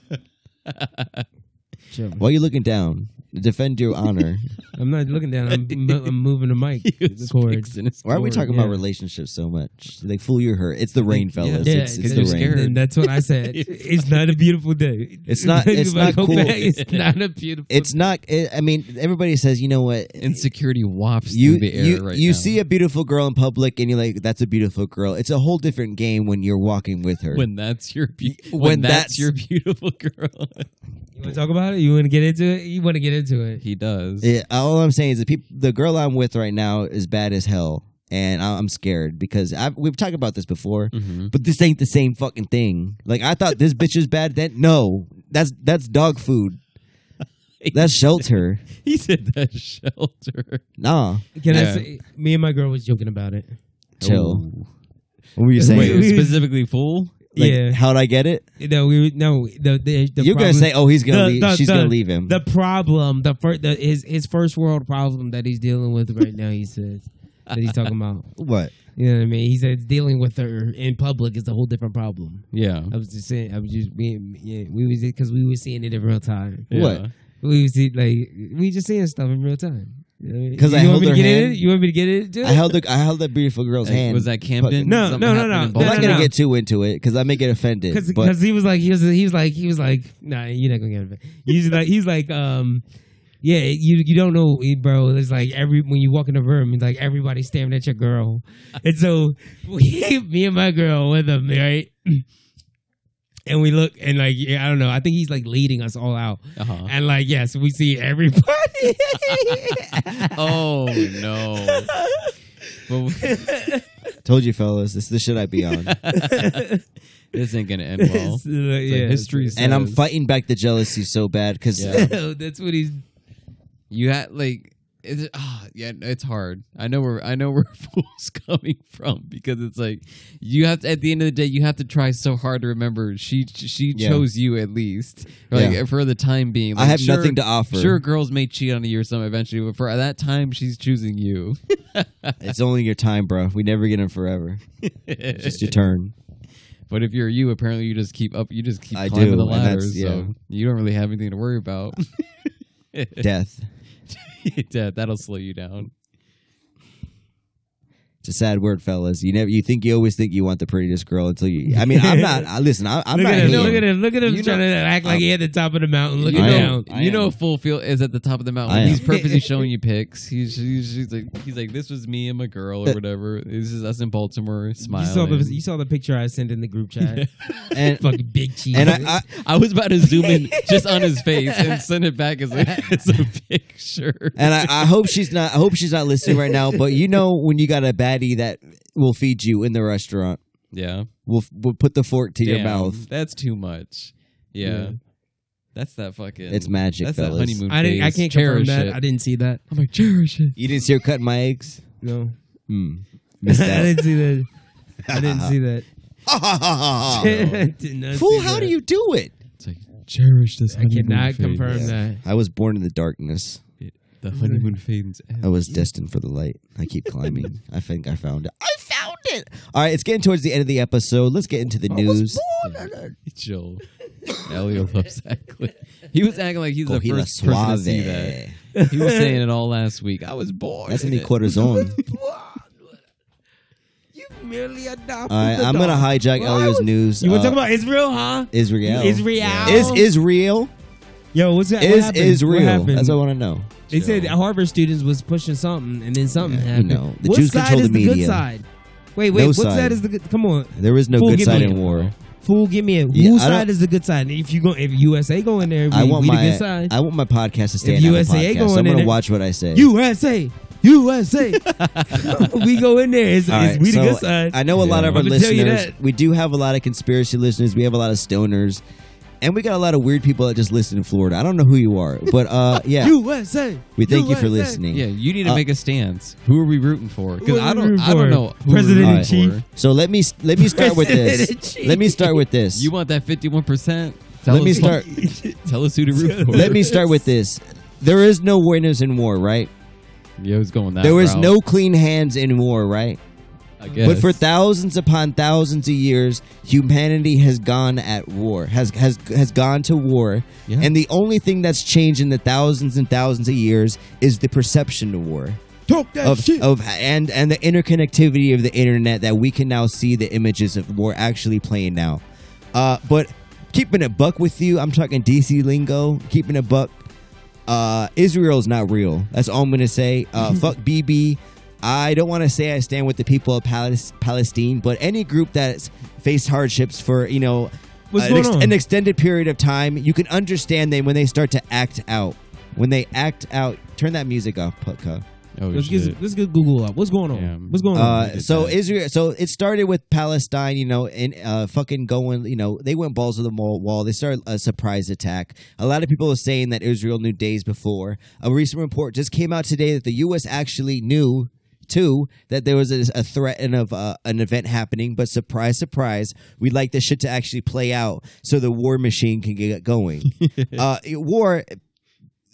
Chill. Why are you looking down? Defend your honor. I'm not looking down. I'm, mo- I'm moving the mic. He the was cord. fixing his Why are we Lord, talking yeah. about relationships so much? Like, fool, you're hurt. It's the rain, fellas. Yeah, it's, it's because the rain. you're scared. And that's what I said. it's not a beautiful day. It's not- it's not Go cool. back. It's not a beautiful. It's not. It, I mean, everybody says, you know what? insecurity wafts you through the air you, right you now. see a beautiful girl in public, and you're like, "That's a beautiful girl." It's a whole different game when you're walking with her. when that's your be- When when, that's- that's, your beautiful girl. You want to talk about it? You want to get into it? You want to get into it? he does. Yeah, all I'm saying is the people, the girl I'm with right now is bad as hell, and I- I'm scared because I've, we've talked about this before. Mm-hmm. Mhm. But this ain't the same fucking thing. Like I thought this bitch is bad. Then no, that's that's dog food. That's shelter. He said that shelter. Nah, Can I Yeah. say? Me and my girl was joking about it. chill. Ooh. What were you Wait, saying? specifically fool? Like, yeah. How'd I get it? No, we no. The, the, the You're problem- gonna say, oh, he's gonna the- leave. the- She's the- gonna leave him. the problem. The first the, his his first world problem that he's dealing with right now. He says that he's talking about. what? You know what I mean? He says dealing with her in public is a whole different problem. Yeah. I was just saying. I was just being. Yeah, we was because we were seeing it in real time. What? Yeah. We was see like we just seeing stuff in real time. You know what mean? 'Cause I You held want me to her get in hand. it. You want me to get in it? too? I held the I held that beautiful girl's Like, hand. was that Camden? No, Something no, no, happened no. in No, I'm Baltimore? not gonna get too into it because I may get offended. Cause, but 'cause he was like he was he was like he was like nah you're not gonna get it. He's like he's like um yeah you you don't know eh, bro it's like every when you walk in the room it's like everybody's staring at your girl and so we, me and my girl with him right and we look and like yeah, I don't know I think he's like leading us all out Uh-huh. and like yes we see everybody oh no. But told you, fellas, this is the shit I be on. this ain't gonna end well. It's, uh, yeah. history's- and I'm Says- fighting back the jealousy so bad because Yeah. that's what he's You had like it's ah yeah, it's hard. I know where I know where fools coming from because it's like you have to, at the end of the day you have to try so hard to remember she she Yeah. chose you at least like Yeah. for the time being. I Like, have sure- nothing to offer. Sure, girls may cheat on you or something eventually, but for that time, she's choosing you. It's only your time, bro. We never get him forever. It's just your turn. But if you're you, apparently you just keep up. You just keep I climbing do, the and ladder, that's- yeah. so you don't really have anything to worry about. Death. yeah, that'll slow you down. It's a sad word, fellas. You never. You think you always think you want the prettiest girl until you. I mean, I'm not. I, listen, I, I'm look not. at him hating. look at him look at him You trying to act like I'm- he at the top of the mountain looking I am. down. I you am. know, full field is at the top of the I mountain. am. He's purposely showing you pics. He's, he's, he's like he's like this was me and my girl Uh, or whatever. This is us in Baltimore smiling. You saw the you saw the picture I sent in the group chat. And, Fucking big cheese. and I, I, I was about to zoom in just on his face and send it back as a, as a picture. and I, I hope she's not. I hope she's not listening right now. But you know, when you got a baddie that will feed you in the restaurant, yeah, will will put the fork to your Damn, mouth. That's too much. Yeah, Yeah. that's that fucking. It's magic, That's fellas. that honeymoon. I didn't. I phase. can't confirm cherish that. It. I didn't see that. I'm like cherish it. You didn't see her cutting my eggs. No, Hmm. I Missed out. didn't see that. I didn't see that. Did not Fool, see how that. do you do it? It's like cherish this. I honeymoon cannot phase. confirm that. I was born in the darkness. The honeymoon fades. I was destined for the light. I keep climbing. I think I found it. I found it. All right, it's getting towards the end of the episode. Let's get into the news. Joel. Elio loves that clip. He was acting like he's the Cogí la first person to see that. suave. He was saying it all last week. I was bored. That's gonna in be it. cortisone. You merely adopted. All right, the I'm gonna dog. hijack Why Elio's would- news. You want to Uh, talk about Israel, huh? Israel? Israel. Is Israel? Yo, what's that? Is what Israel? happened? That's what I want to know. They said Harvard students was pushing something, and then something Yeah, you happened. know, the what Jews side control is the the good media. side? Wait, wait. No what side. side is the good? Come on. There is no Fool, good give side me- in war. Fool, give me a Yeah, whose I don't- side is the good side? If you go, if USA go in there, we, I want we the my good side. I want my podcast to stay If on Apple USA podcast. going so I'm in gonna there- watch what I say. USA, USA. we go in there. It's, All it's right, we so the good side. I know a lot of Yeah. our I'ma tell you listeners. that. We do have a lot of conspiracy listeners. We have a lot of stoners, and we got a lot of weird people that just listen in Florida. I don't know who you are, but uh, yeah, USA. we thank you for USA. listening. Yeah, you need to Uh, make a stance. Who are we rooting for? Who Because are I we don't. rooting I for? don't know. Who we're President in rooting chief? So let me let me start with this. President-in-chief. Let me start with for. this. You want that fifty-one percent? Let me start- Tell us who to root for. let me start with this. There is no winners in war, right? Yeah, I was going that. There is route. no clean hands in war, right? I guess. But for thousands upon thousands of years, humanity has gone at war, has has has gone to war, Yeah. and the only thing that's changed in the thousands and thousands of years is the perception of war Talk that of, of and and the interconnectivity of the internet that we can now see the images of war actually playing now. Uh, but keeping it buck with you, I'm talking DC lingo. Keeping it buck, uh, Israel's not real. That's all I'm gonna say. Uh, fuck BB. I don't want to say I stand with the people of Palis- Palestine, but any group that's faced hardships for you know What's an, going on? an extended period of time, you can understand them when they start to act out. When they act out, turn that music off, Putka. oh, Let's shit. get let's get Google up. What's going on? Yeah. What's going on? Uh, so Israel, so it started with Palestine, you know, and uh, fucking going, you know, they went balls to the wall. wall. They started a surprise attack. A lot of people are saying that Israel knew days before. A recent report just came out today that the U.S. actually knew too that there was a, a threat and of uh, an event happening. But surprise, surprise, we'd like this shit to actually play out so the war machine can get going. uh, war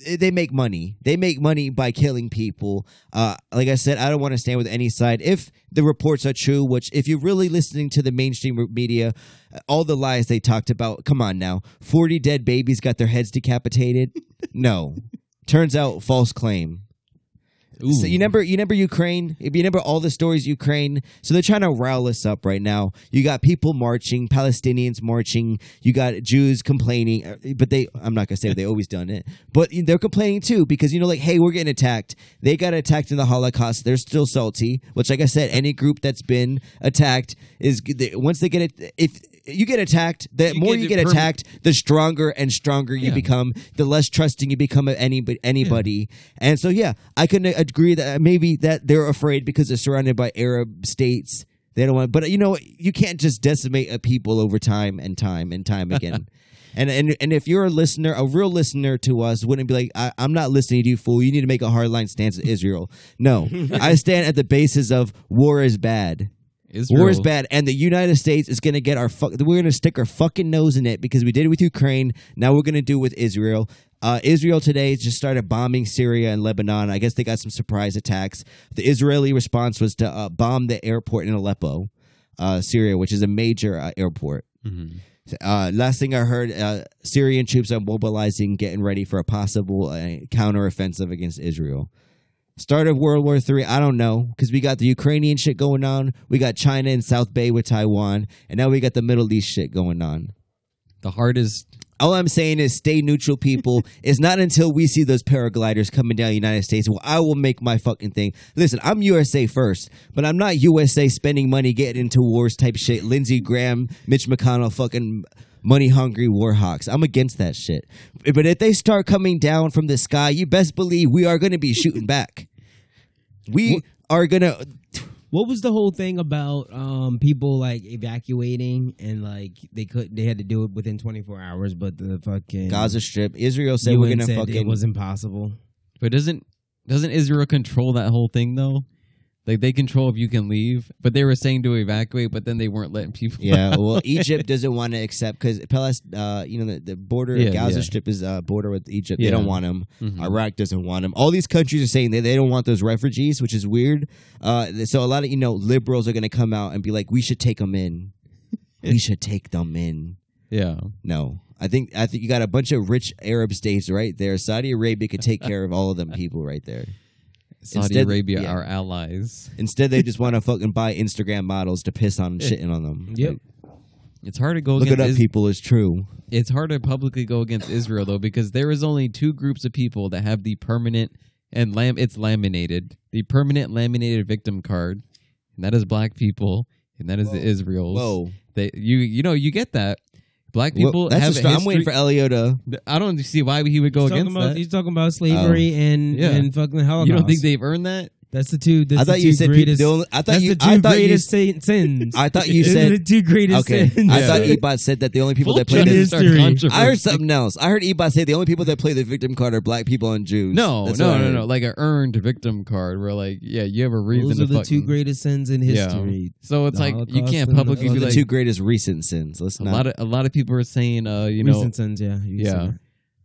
eh, they make money. They make money by killing people. Uh, like I said, I don't want to stand with any side. If the reports are true, which if you're really listening to the mainstream media, uh, all the lies they talked about. Come on now, forty dead babies got their heads decapitated. no, turns out false claim. So you remember, you remember Ukraine. If you remember all the stories Ukraine, so they're trying to rile us up right now. You got people marching, Palestinians marching. You got Jews complaining, uh, but they. I'm not gonna say they always done it, but they're complaining too because you know, like, hey, we're getting attacked. They got attacked in the Holocaust. They're still salty. Which, like I said, any group that's been attacked is they, once they get it. If you get attacked, the You more get you it get perma- attacked, the stronger and stronger you Yeah. become, the less trusting you become of anybody. anybody. And so, yeah, I can agree that maybe that they're afraid because they're surrounded by Arab states. They don't want, but you know, you can't just decimate a people over time and time and time again. And, and and if you're a listener, a real listener to us, wouldn't be like, I, I'm not listening to you, fool. You need to make a hardline stance to Israel. No, I stand at the basis of war is bad. Israel. War is bad, and the United States is going to get our fuck. We're going to stick our fucking nose in it because we did it with Ukraine. Now we're going to do it with Israel. Uh, Israel today just started bombing Syria and Lebanon. I guess they got some surprise attacks. The Israeli response was to uh, bomb the airport in Aleppo, uh, Syria, which is a major uh, airport. Mhm. Uh, last thing I heard, uh, Syrian troops are mobilizing, getting ready for a possible uh, counteroffensive against Israel. Start of World War Three, I don't know, because we got the Ukrainian shit going on, we got China and South Bay with Taiwan, and now we got the Middle East shit going on. The hardest. All I'm saying is stay neutral, people. it's not until we see those paragliders coming down the United States will I will make my fucking thing. Listen, I'm USA first, but I'm not USA spending money getting into wars type shit. Lindsey Graham, Mitch McConnell, fucking money hungry war hawks. I'm against that shit. But if they start coming down from the sky, you best believe we are going to be shooting back. We are going to. What was the whole thing about um, people like evacuating and like they could they had to do it within 24 hours, but the fucking Gaza Strip. Israel said UN we're going to said it fucking. was impossible. But doesn't doesn't Israel control that whole thing though? Like they control if you can leave, but they were saying to evacuate, but then they weren't letting people. Yeah, well, Egypt doesn't want to accept because uh, you know, the, the border Yeah, Gaza yeah. Strip is uh, border with Egypt. They Yeah. don't want them. Mhm. Iraq doesn't want them. All these countries are saying that they don't want those refugees, which is weird. Uh, th- so a lot of you know liberals are going to come out and be like, "We should take them in. we should take them in." yeah. No, I think I think you got a bunch of rich Arab states right there. Saudi Arabia could take care of all of them people right there. Saudi Instead- Arabia, yeah. our allies. Instead, they just want to fucking buy Instagram models to piss on and shitting on them. Yep. Like, It's hard to go look it against up, Is- people. It's true. it's hard to publicly go against Israel though because there is only two groups of people that have the permanent and lam it's laminated the permanent laminated victim card and that is black people and that is the Whoa. Israels. Whoa. They you you know you get that black Well, people that's a have a strong- I'm waiting for history- Elio to. I don't see why he would go He's talking, against about, that. Oh. he's talking about slavery and Yeah. and fucking Holocaust. You don't think they've earned that? that's the two? That's I the thought two you said people. greatest. The only, I thought that's you. the two I thought you. greatest sin- sins. I thought you Those are the said. two greatest Okay, sins. I Yeah. thought Ebot said that the only people that play. Full Full The, justice. justice history. controversy. I heard something else. I heard Ebot say the only people that play the victim card are black people and Jews. No, That's what no, I no, heard. no. Like an earned victim card where like yeah, you have a reason Those to are the two fucking- greatest sins in Yeah. history. So it's The like you Holocaust can't and Those the- publicly are be the like two greatest recent sins. Let's a not. lot of a lot of people are saying uh you know Recent sins, yeah. you Yeah. said that.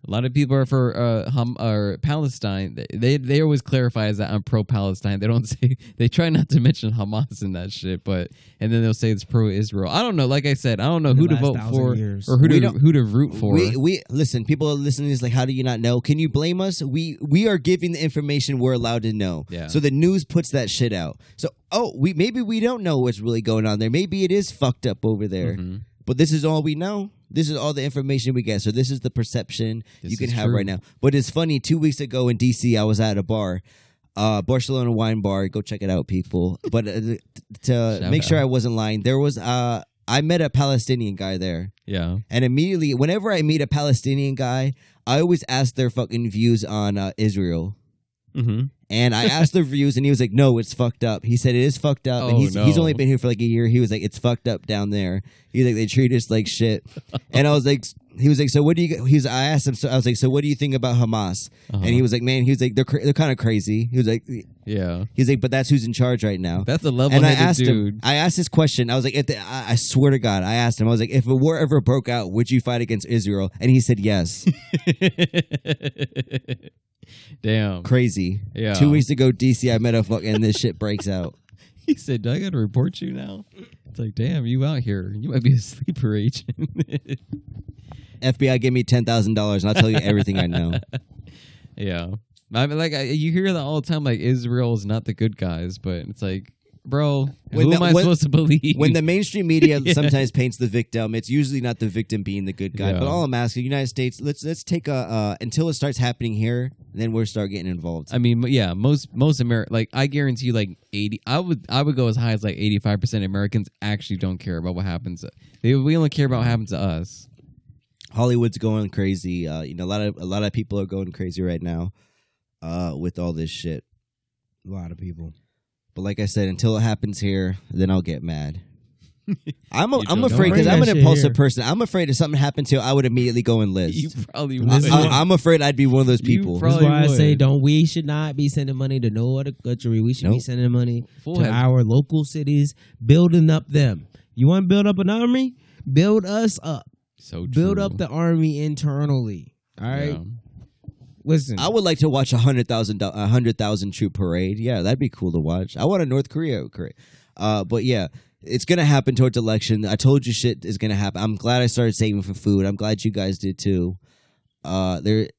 A lot of people are for uh, Ham or Palestine. They- They they always clarify as that I'm pro Palestine. They don't say they try not to mention Hamas and that shit, but and then they'll say it's pro Israel. I don't know. Like I said, I don't know The who to last vote thousand for years. or who We to don't- who to root for. We we listen. People are listening. Is like, how do you not know? Can you blame us? We we are giving the information we're allowed to know. Yeah. So the news puts that shit out. So oh, we maybe we don't know what's really going on there. Maybe it is fucked up over there. Mhm. But this is all we know. This is all the information we get. So this is the perception This you can is have true. right now. But it's funny. Two weeks ago in DC, I was at a bar. Uh, Barcelona wine bar. Go check it out, people. But uh, t- to Shout make sure out. I wasn't lying, there was uh, I met a Palestinian guy there. Yeah. And immediately, whenever I meet a Palestinian guy, I always ask their fucking views on uh, Israel. Mm-hmm. And I asked their views, and he was like, "No, it's fucked up." He said it is fucked up, and Oh, he's he's no. only been here for like a year. He was like, "It's fucked up down there." He's like, "They treat us like shit," and I was like, "He was like, so what do you?" He was, I asked him, so I was like, "So what do you think about Hamas?" Uh-huh. And he was like, "Man, he was like, they're cra- they're kind of crazy." He was like, he yeah. was like, but that's who's in charge right now." That's a level and I headed asked dude. him. I asked this question. I was like, if the, I, I swear to God, I asked him. I was like, if a war ever broke out, would you fight against Israel? And he said yes. Damn. Crazy. Yeah. Two weeks ago, DC, I met a fuck, and this shit breaks out. He said, "Do I got to report you now?" It's like, damn, you out here. You might be a sleeper agent. FBI, give me ten thousand dollars, and I'll tell you everything I know. yeah. I mean, like I, you hear that all the time. Like Israel's not the good guys, but it's like, bro, When who the- am I when- supposed to believe? When the mainstream media Yeah. sometimes paints the victim, it's usually not the victim being the good guy. Yeah. But all I'm asking, United States, let's let's take a uh, until it starts happening here, then we'll start getting involved. I mean, yeah, most most Ameri- like I guarantee you, like eighty. I would I would go as high as like eighty five percent Americans actually don't care about what happens. They we only care about what happens to us. Hollywood's going crazy. Uh, you know, a lot of a lot of people are going crazy right now uh, with all this shit. A lot of people. But like I said, until it happens here, then I'll get mad. I'm a, You I'm don't afraid because bring I'm that an shit impulsive here. person. I'm afraid if something happened to, I would immediately go and list. You probably This is would. why- I, I'm afraid I'd be one of those You people. prob- That's Probably why I say would. don't. We should not be sending money to no other country. We should be Nope. sending money Full to head- our local cities, building up them. You want to build up an army? Build us up. so Build true. up the army internally. All right. Yeah. Listen. I would like to watch a hundred thousand do- a hundred thousand troop parade. Yeah, that'd be cool to watch. I want a North Korea parade. Uh, but yeah, it's gonna happen towards election. I told you shit is gonna happen. I'm glad I started saving for food. I'm glad you guys did too. Uh, there.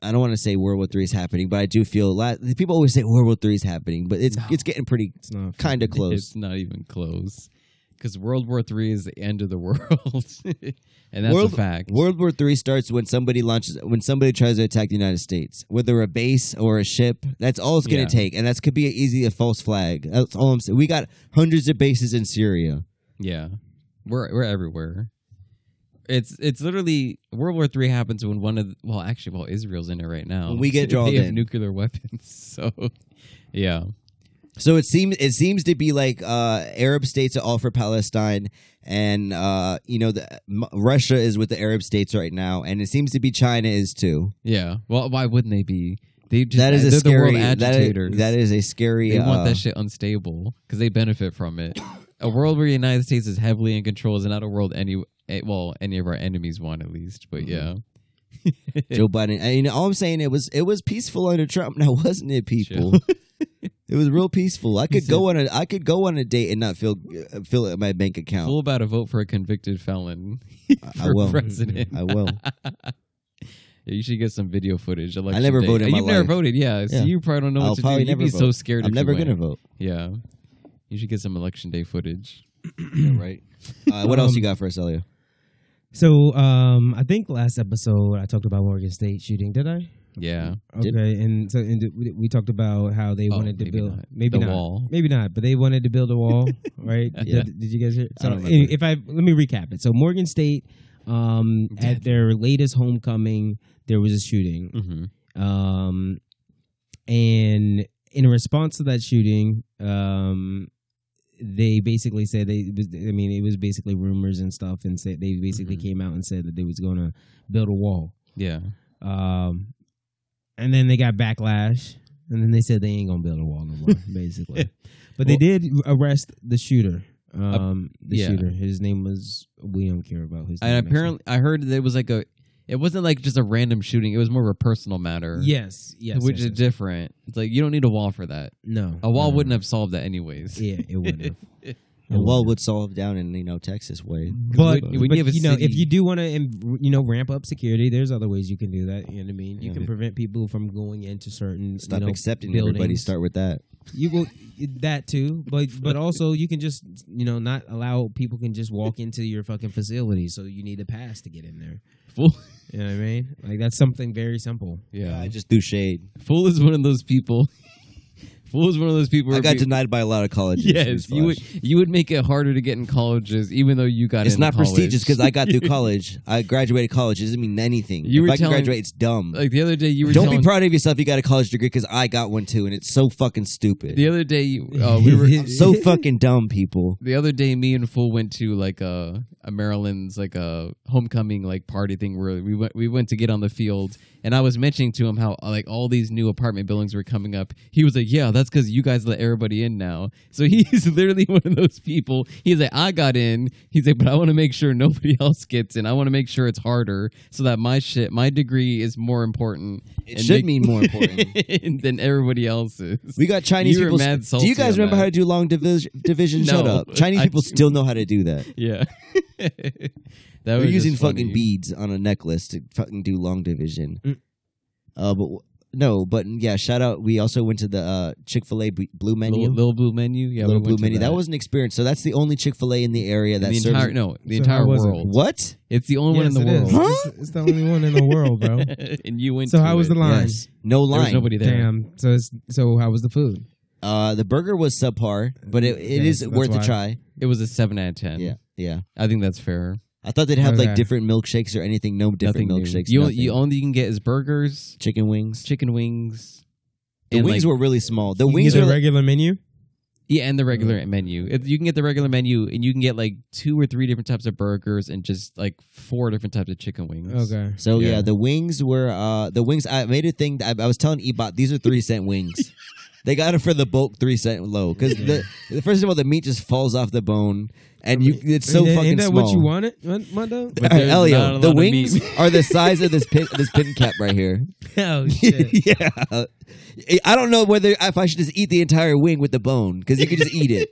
I don't want to say World War Three is happening, but I do feel a lot. People always say World War Three is happening, but it's No. it's getting pretty it's not kind of close. It's not even close. Because World War Three is the end of the world, and that's World- a fact. World War Three starts when somebody launches when somebody tries to attack the United States, whether a base or a ship. That's all it's going to Yeah. take, and that's could be an easy a false flag. That's all I'm saying. We got hundreds of bases in Syria. yeah, we're we're everywhere. It's it's literally World War Three happens when one of the, well actually well Israel's in it right now. When we get drawn they have in. nuclear weapons. So yeah, So it seems it seems to be like uh, Arab states are all for Palestine, and uh, you know the, M- Russia is with the Arab states right now, and it seems to be China is too. yeah. Well, why wouldn't they be? They just, that is a they're scary. the world that, agitators. is, that is a scary. They want uh, that shit unstable because they benefit from it. A world where the United States is heavily in control is not a world any eh, well any of our enemies want at least. But Mhm. yeah, Joe Biden. I mean, all I'm saying it was it was peaceful under Trump. Now wasn't it, people? it was real peaceful. I could said- go on a I could go on a date and not feel uh, feel it in my bank account. fool about to vote for a convicted felon I for will. Mm-hmm. president. I will. Yeah, you should get some video footage. Election never day. voted in Oh, my You've never life. voted, yeah. So Yeah. you probably don't know I'll what to do. probably You'd never be so vote. scared. I'm if never you win. gonna vote. Yeah, you should get some election day footage. right. Uh, what else Um, you got for us, Elio? So um, I think last episode I talked about Morgan State shooting. Did I? Yeah, Okay, Did- and so and we- we talked about how they Oh, wanted to maybe build not. maybe the not, wall. maybe not, but they wanted to build a wall, right? Yeah. Did, did you guys hear? I So don't remember. anyway, if I let me recap it. So Morgan State, um, at their latest homecoming, there was a shooting. hmm Um, and in response to that shooting, um, they basically said they. it was- I mean, it was basically rumors and stuff, and said they basically Mhm. came out and said that they was going to build a wall. Yeah, Um, and then they got backlash, and then they said they ain't gonna build a wall no more, basically. But they Well- did arrest the shooter. Um, the yeah. shooter. His name was. We don't care about his. and name, actually. apparently I heard that it was like a It wasn't like just a random shooting. It was more of a personal matter. Yes, yes, which yes, is yes. different. It's like you don't need a wall for that. no. A wall Mm. no. wouldn't have solved that anyways. Yeah, it wouldn't. have. It The wouldn't wall have. would solve down in you know Texas way. Mm, But, When- when but, you you, have a know, if city- you do want to, you know, ramp up security, there's other ways you can do that. You know what I mean? You can prevent people from going into certain. Stop you know, accepting buildings. everybody. Start with that. You will that too, but but also you can just you know not allow people can just walk into your fucking facility, so you need a pass to get in there. Fool. You know what I mean? Like that's something very simple. Yeah. I just threw shade. Fool is one of those people. Fool is one of those people. I where got pe- denied by a lot of colleges. Yes, you newsflash. would. You would make it harder to get in colleges, even though you got. It's in not college. prestigious because I got through college. I graduated college. It doesn't mean anything. if You were I can telling- graduate, it's dumb. like the other day you were. Don't telling, be proud of yourself. You got a college degree because I got one too, and it's so fucking stupid. The other day you- uh, we were. I'm so fucking dumb, people. the other day me and Fool went to like a, a Maryland's like a homecoming like party thing where we went we went to get on the field and I was mentioning to him how uh, like all these new apartment buildings were coming up. He was like, "Yeah, that's cuz you guys let everybody in now." So he's literally one of those people. He's like, "I got in." He's like, "But I want to make sure nobody else gets in. I want to make sure it's harder so that my shit, my degree is more important." It and should make- mean more important. than everybody else's. We got Chinese You were people. mad do salty you guys on remember that. how to do long division? Division? No, Shut up. Chinese I people do. still know how to do that. yeah. that They're was using just fucking funny. beads on a necklace to fucking do long division. Mm. Uh, but w- no, but yeah, shout out. We also went to the uh, Chick Fil A Blue Menu. Little, little blue menu. Yeah, Little we Blue went to Menu. That. was an experience. So that's the only Chick Fil A in the area that the serves. entire no, the So entire how was it? world. what? It's the Yes, only one in the it world. is. Huh? It's, it's the only one in the world, bro. and you went. so to how was it. the line? Yes. No There was line. nobody there. Damn. So it's, so how was the food? Uh, the burger was subpar, but it, it Yeah, is so that's worth a why. try. It was a seven out of ten. Yeah, yeah. I think that's fair. I thought they'd have Okay. like different milkshakes or anything. No different Nothing new. milkshakes. You nothing. you only can get is burgers, chicken wings. chicken wings. The and wings like- were really small. The You wings get were the like- regular menu. yeah, and the Mm-hmm. regular menu. If you can get the regular menu, and you can get like two or three different types of burgers, and just like four different types of chicken wings. Okay. So yeah. Yeah. the wings were uh the wings. I made a thing. That I, I was telling Ebot these are three cent wings. they got it for the bulk three cent low because the first of all the meat just falls off the bone and you it's so ain't that, fucking ain't that small. what you wanted, mon- Mondo? All right, there's not a Elio, lot the of wings meat. are the size of this pin, this pin cap right here. oh shit! yeah, I don't know whether if I should just eat the entire wing with the bone because you can just eat it.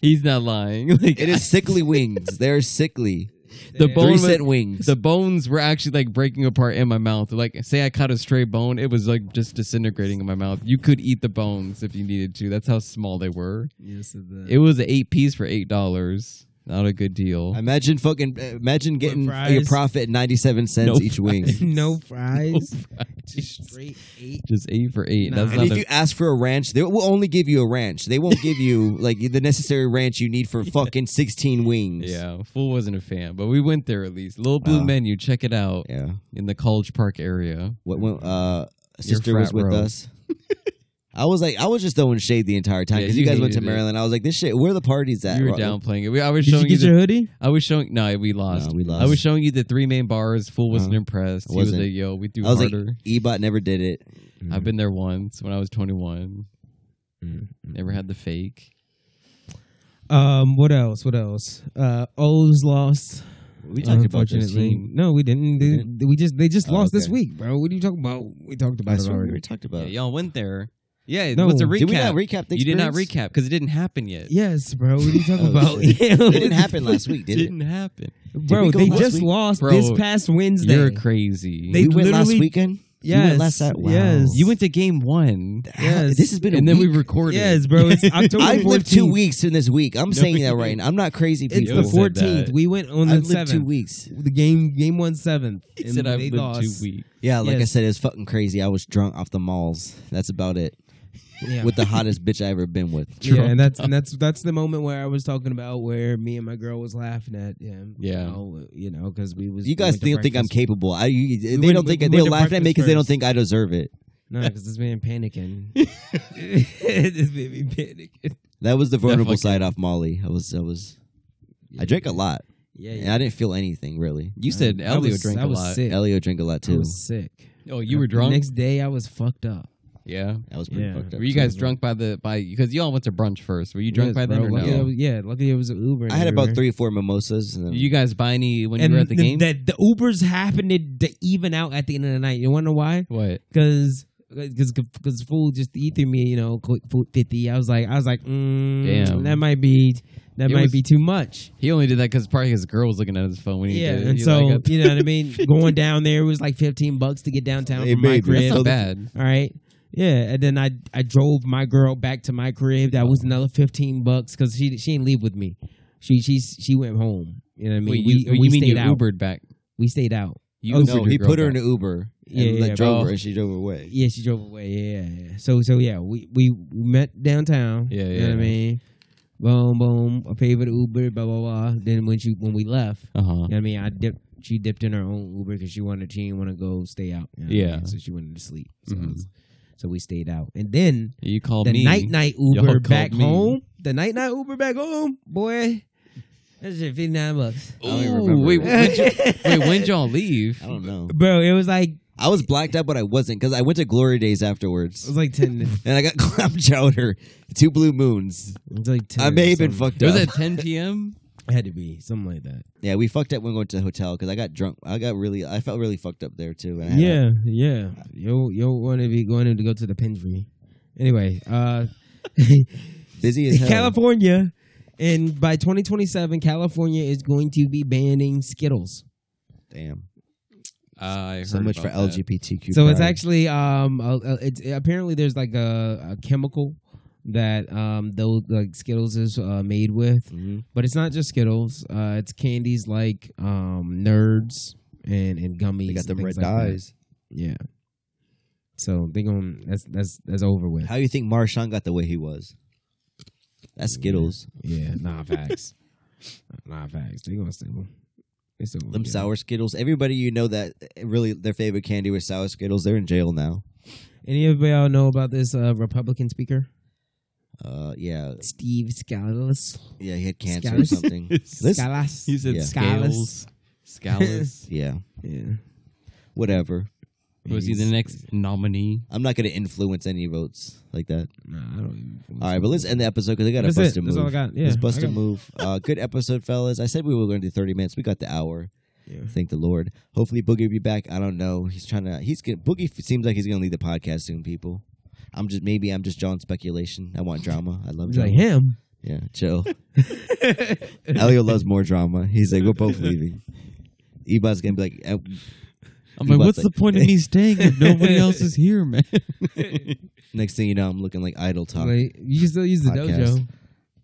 He's not lying. Like It is sickly wings. They're sickly. the Damn. bone Three was- cent wings. the bones were actually like breaking apart in my mouth. Like, say I caught a stray bone, it was like just disintegrating in my mouth. You could eat the bones if you needed to. That's how small they were. Yes, It was an eight piece for eight dollars. Not a good deal. Imagine fucking imagine getting your fries? profit at ninety seven cents No each wing. no fries, just Just straight eight. eight for eight. Nah. That's And not if a, you ask for a ranch, they will only give you a ranch. They won't give you like the necessary ranch you need for fucking sixteen wings. yeah. Fool wasn't a fan, but we went there at least. Little Blue Uh, Menu, check it out yeah. in the College Park area. What when uh, Your sister was frat with row. us. I was like, I was just throwing shade the entire time Yeah, because you you, guys went to hated it. Maryland. I was like, this shit, where are the parties at? you were Ro- downplaying it. We, I Did was you showing you. get the, your hoodie? I was showing. No, we lost. No, we lost. I was showing you the three main bars. Fool wasn't Uh-huh. impressed. I He was wasn't. like, "Yo, we threw I was like, harder." Ebot never did it. I've been there once when I was 21. Mm. Never had the fake. Um, what else? What else? Uh, O's lost. We unfortunately. No, we didn't. They, We We just they just Oh, lost this okay. week, bro. What are you talking about? We talked about it we already. talked about. yeah, y'all went there. Yeah, No. what's a recap? Did we not recap the you did not experience? recap because it didn't happen yet. Yes, bro. What are you talking Oh, about? shit. It didn't Yeah. happen last week, did it? didn't happen. bro, we go they last just week? lost Bro, this past Wednesday. You're crazy. They we went last literally- weekend. You Yes, went last Sat- wow. yes. you went to game one, Yes. This has been a and then we week. recorded. Yes, bro. It's October I've 14th. lived two weeks in this week. I'm No, saying you that right now. I'm not crazy. It's People. the Yo said fourteenth. that. We went on the I've lived two seventh. weeks. The game game one seventh. He and said I've they lived lost. two weeks. Yeah, like I Yes. said, it's fucking crazy. I was drunk off the malls. That's about it. Yeah. With the hottest bitch I ever been with. yeah, and that's and that's that's the moment where I was talking about where me and my girl was laughing at him. Yeah. you know, you know, because we was You guys we think, went to think I'm breakfast. capable. I you, they went don't to- think we they're went to laughing at me because they don't breakfast think I deserve it. No, because this man panicking. this made me panicking. That was the vulnerable fucking- side off Molly. I was I was I drank a lot Yeah, and yeah. I didn't feel anything really. You said I Elio was- drank I was a lot. Sick. Elio drank a lot I too. was sick. Oh, you were The drunk. next day, I was fucked up. Yeah. That was pretty Yeah. fucked up. Were you too. guys drunk by the by because y'all went to brunch first? Were you drunk Yes, by then bro. or no? Luckily I was- yeah, luckily it was an Uber. and I had about everywhere. three or four mimosas. And then, Did you guys buy any when and you were at the, the, game? That the Ubers happened to, to even out at the end of the night. You wanna know why? what? Because because food just eat through me. You know, quick food fifty. I was like, I was like, mm, Damn. that might be that It might was- be too much. He only did that because probably his girl was looking at his phone when he Yeah, did it. and He so like, you know what I mean. Going down there it was like fifteen bucks to get downtown Hey, from my babe, crib. that's that's not bad. All right. Yeah, and then I I drove my girl back to my crib. That was another fifteen bucks because she she didn't leave with me. She she she went home. You know what I mean? Wait, we you, oh, you we mean stayed you out. Ubered back? We stayed out. You Oh, Ubered no, your he girl put her in back. an Uber and Yeah, like, yeah, drove bro. her, and she drove away. Yeah, she drove away. Yeah, yeah. yeah. So so yeah, we we we met downtown. Yeah, You know what I yeah. mean? Boom boom. I paid for the Uber. Blah blah blah. Then when she when we left, Uh huh. you know what I mean? I dipped. She dipped in her own Uber because she wanted she didn't want to go stay out. you know what I Yeah. mean? So she wanted to sleep. So, Mhm. so we stayed out, and then You called the me. night night Y'all Uber called back me. home. The night night Uber back home, boy. That's just fifty nine bucks. Ooh, I don't even remember. wait, that. when'd you- wait, when y'all leave? I don't know. Bro, it was like it I was blacked out, but I wasn't because I went to Glory Days afterwards, was like ten. it and I got clam chowder, two blue moons. was like ten. I may have been something. fucked up. Was it 10 p.m.? It had to be something like that. yeah, we fucked up when going to the hotel because I got drunk. I got really, I felt really fucked up there too. And I had a- Yeah, yeah. Yo, yo, want to be going to go to the penitentiary. Anyway, uh, busy as hell. California, and by twenty twenty seven, California is going to be banning Skittles. Damn, I heard so much for about that. LGBTQ. so it's pride. actually um uh, uh, it's apparently there's like a, a chemical that um those like skittles is uh, made with Mhm. but it's not just skittles uh it's candies like um nerds and and gummies they got and them red things like that. dyes. yeah so they going that's that's that's over with How you think Marshawn got the way he was? That's Skittles. yeah nah facts nah facts they gonna still it's over Them with. sour Skittles. Everybody you know that eh, really their favorite candy was sour Skittles. They're in jail now. any of y'all know about this uh republican speaker Uh, yeah, steve scalise yeah, he had cancer or Scalise. something. This- scalise You said Yeah. Scalus. Scalus. yeah, yeah whatever. Was he the next nominee? I'm not gonna influence any votes like that. Nah, I don't even. All right, but let's end the episode because I got to That's bust it. a That's all I move. got. Yeah, Let's I bust a got- move. Uh, good episode, fellas. I said we were going to do 30 minutes. We got the hour. Yeah. Thank the Lord. Hopefully, Boogie will be back. I don't know. He's trying to. He's gonna, Boogie f- seems like he's going to leave the podcast soon. People. I'm just maybe I'm just drawing speculation. I want drama. I love He's drama. like him. Yeah, chill. Elio loves more drama. He's like, we're both leaving. Ebot's gonna be like, eh, I'm He like, was what's like- the point of me staying if nobody else is here, man? you next thing you know, I'm looking like Idle Talk. like, you can still use the Podcast. dojo.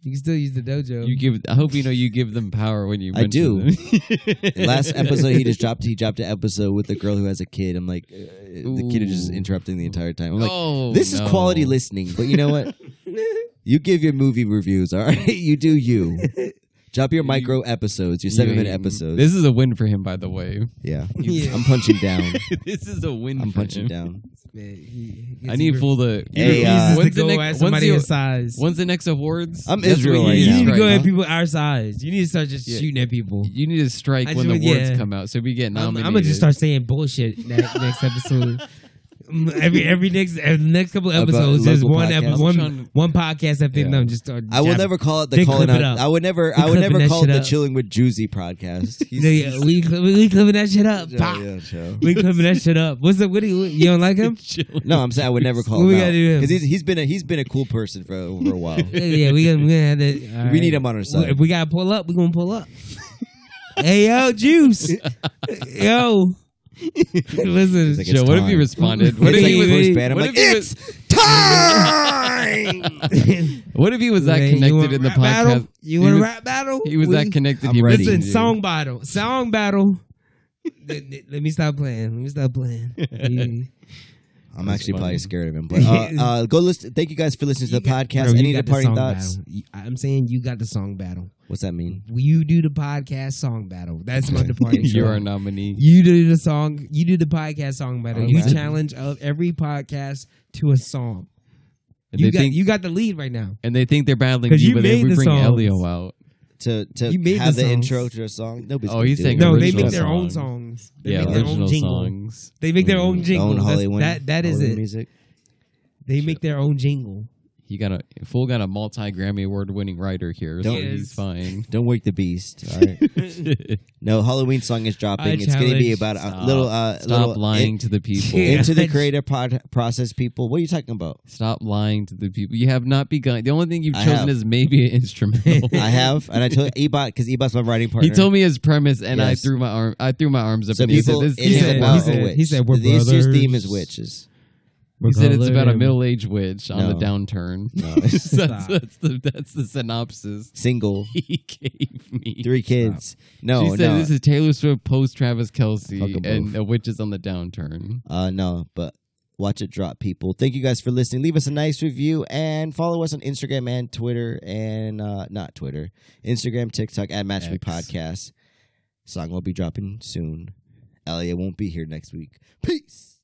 You can still use the dojo. give. I hope you know you give them power when you. I do. mention them. Last episode, he just dropped. He dropped an episode with a girl who has a kid. I'm like, uh, the kid is just Ooh. interrupting the entire time. I'm like, oh, this no. is quality listening. But you know what? you give your movie reviews, all right? You do you. Drop your micro episodes, your You seven minute ain't- episodes. This is a win for him, by the way. yeah. Yeah. I'm punching down. this is a win. I'm for punching him. down. Man, he- he I need gets- full the. Hey, he uh, refuses to when's the go next- at when's somebody the- his size. When's the next awards? I'm That's what Israel you right you need Yeah. need to now. go Right, at huh? people our size. You need to start just Yeah. shooting at people. You need to strike I when the just- awards yeah. come out, so we get I'm, nominated. gonna just start saying bullshit ne- next episode. Mm, every every next every next couple About episodes, there's local one epi- podcasts. one I'm trying- one podcast after Yeah. another. Just start. I will jabbing. never call it the They calling clip out. it up. I would never. They I would never clipping that call it shit the up. Chilling with Juicy podcast. He's- Yeah, we cl- we clipping that shit up. Yeah, Pop. yeah, chill. We clipping that shit up. What's up? What do you? You don't like him? Chilling. No, I'm saying I would never call What we him gotta do? out because he's, he's been a he's been a cool person for over a while. yeah, we gonna, we gonna have to. all We need him on our side. If we gotta pull up, we gonna pull up. hey yo, Juice. yo, listen. He's like, Joe, it's what if time. he responded? What It's if like he the was- first band. I'm what like, if he it's was- time. What if he was that Hey, you want connected in the rap battle? podcast? You want a He was- rap battle? He was We- that connected. I'm he ready. Listen, dude. song battle, song battle. let, let- let me stop playing. Let me stop playing. You- I'm That's actually funny. probably scared of him. But uh, uh, go listen. Thank you guys for listening you to the got- podcast. bro, you Any got the departing song thoughts? battle. You- I'm saying you got the song battle. What's that mean? You do the podcast song battle. That's my departing. you shot. are a nominee. You do the song. You do the podcast song battle. All You right. challenge of every podcast to a song. And you they got think you got the lead right now. and they think they're battling 'Cause you, you but then made we the bring songs. Elio out. To to You made have the the, songs. intro to a song. Nobody's Oh, gonna he's do saying it. No, they original make their own songs. Mm, songs. They Yeah, make their own original jingle. songs. They make their own Own jingle. That's- Hollywood that that is Hollywood it. Music. They make their own jingle. He got a fool got a multi Grammy award winning writer here, so Don't- he's Yes. fine. Don't wake the beast. All right. no, Halloween song is dropping. I it's going to be about challenge- a Stop. little. Uh, Stop little lying in- to the people. Yeah. into the creative pro- process, people. What are you talking about? Stop lying to the people. You have not begun. The only thing you've I chosen have. is maybe an instrumental. I have, and I told Ebot because Ebot's my writing partner. He told me his premise, and I Yes. threw my arm. I threw my arms up. So and he people, said, it's this, he said, about he said- a witch. he said we're this year's theme is brothers. witches. he said it's about a Colored- middle aged witch on the No. downturn. No. that's, Stop. that's the, that's the synopsis Single, he gave me. three kids. No, she said no, this is Taylor Swift post Travis Kelsey, Fuck 'em and both. a witch is on the downturn. uh, no. But watch it drop, people. Thank you guys for listening. Leave us a nice review and follow us on Instagram and Twitter and uh, not Twitter, Instagram, TikTok at Match Me X. Podcast. Song will be dropping soon. Elliot won't be here next week. Peace.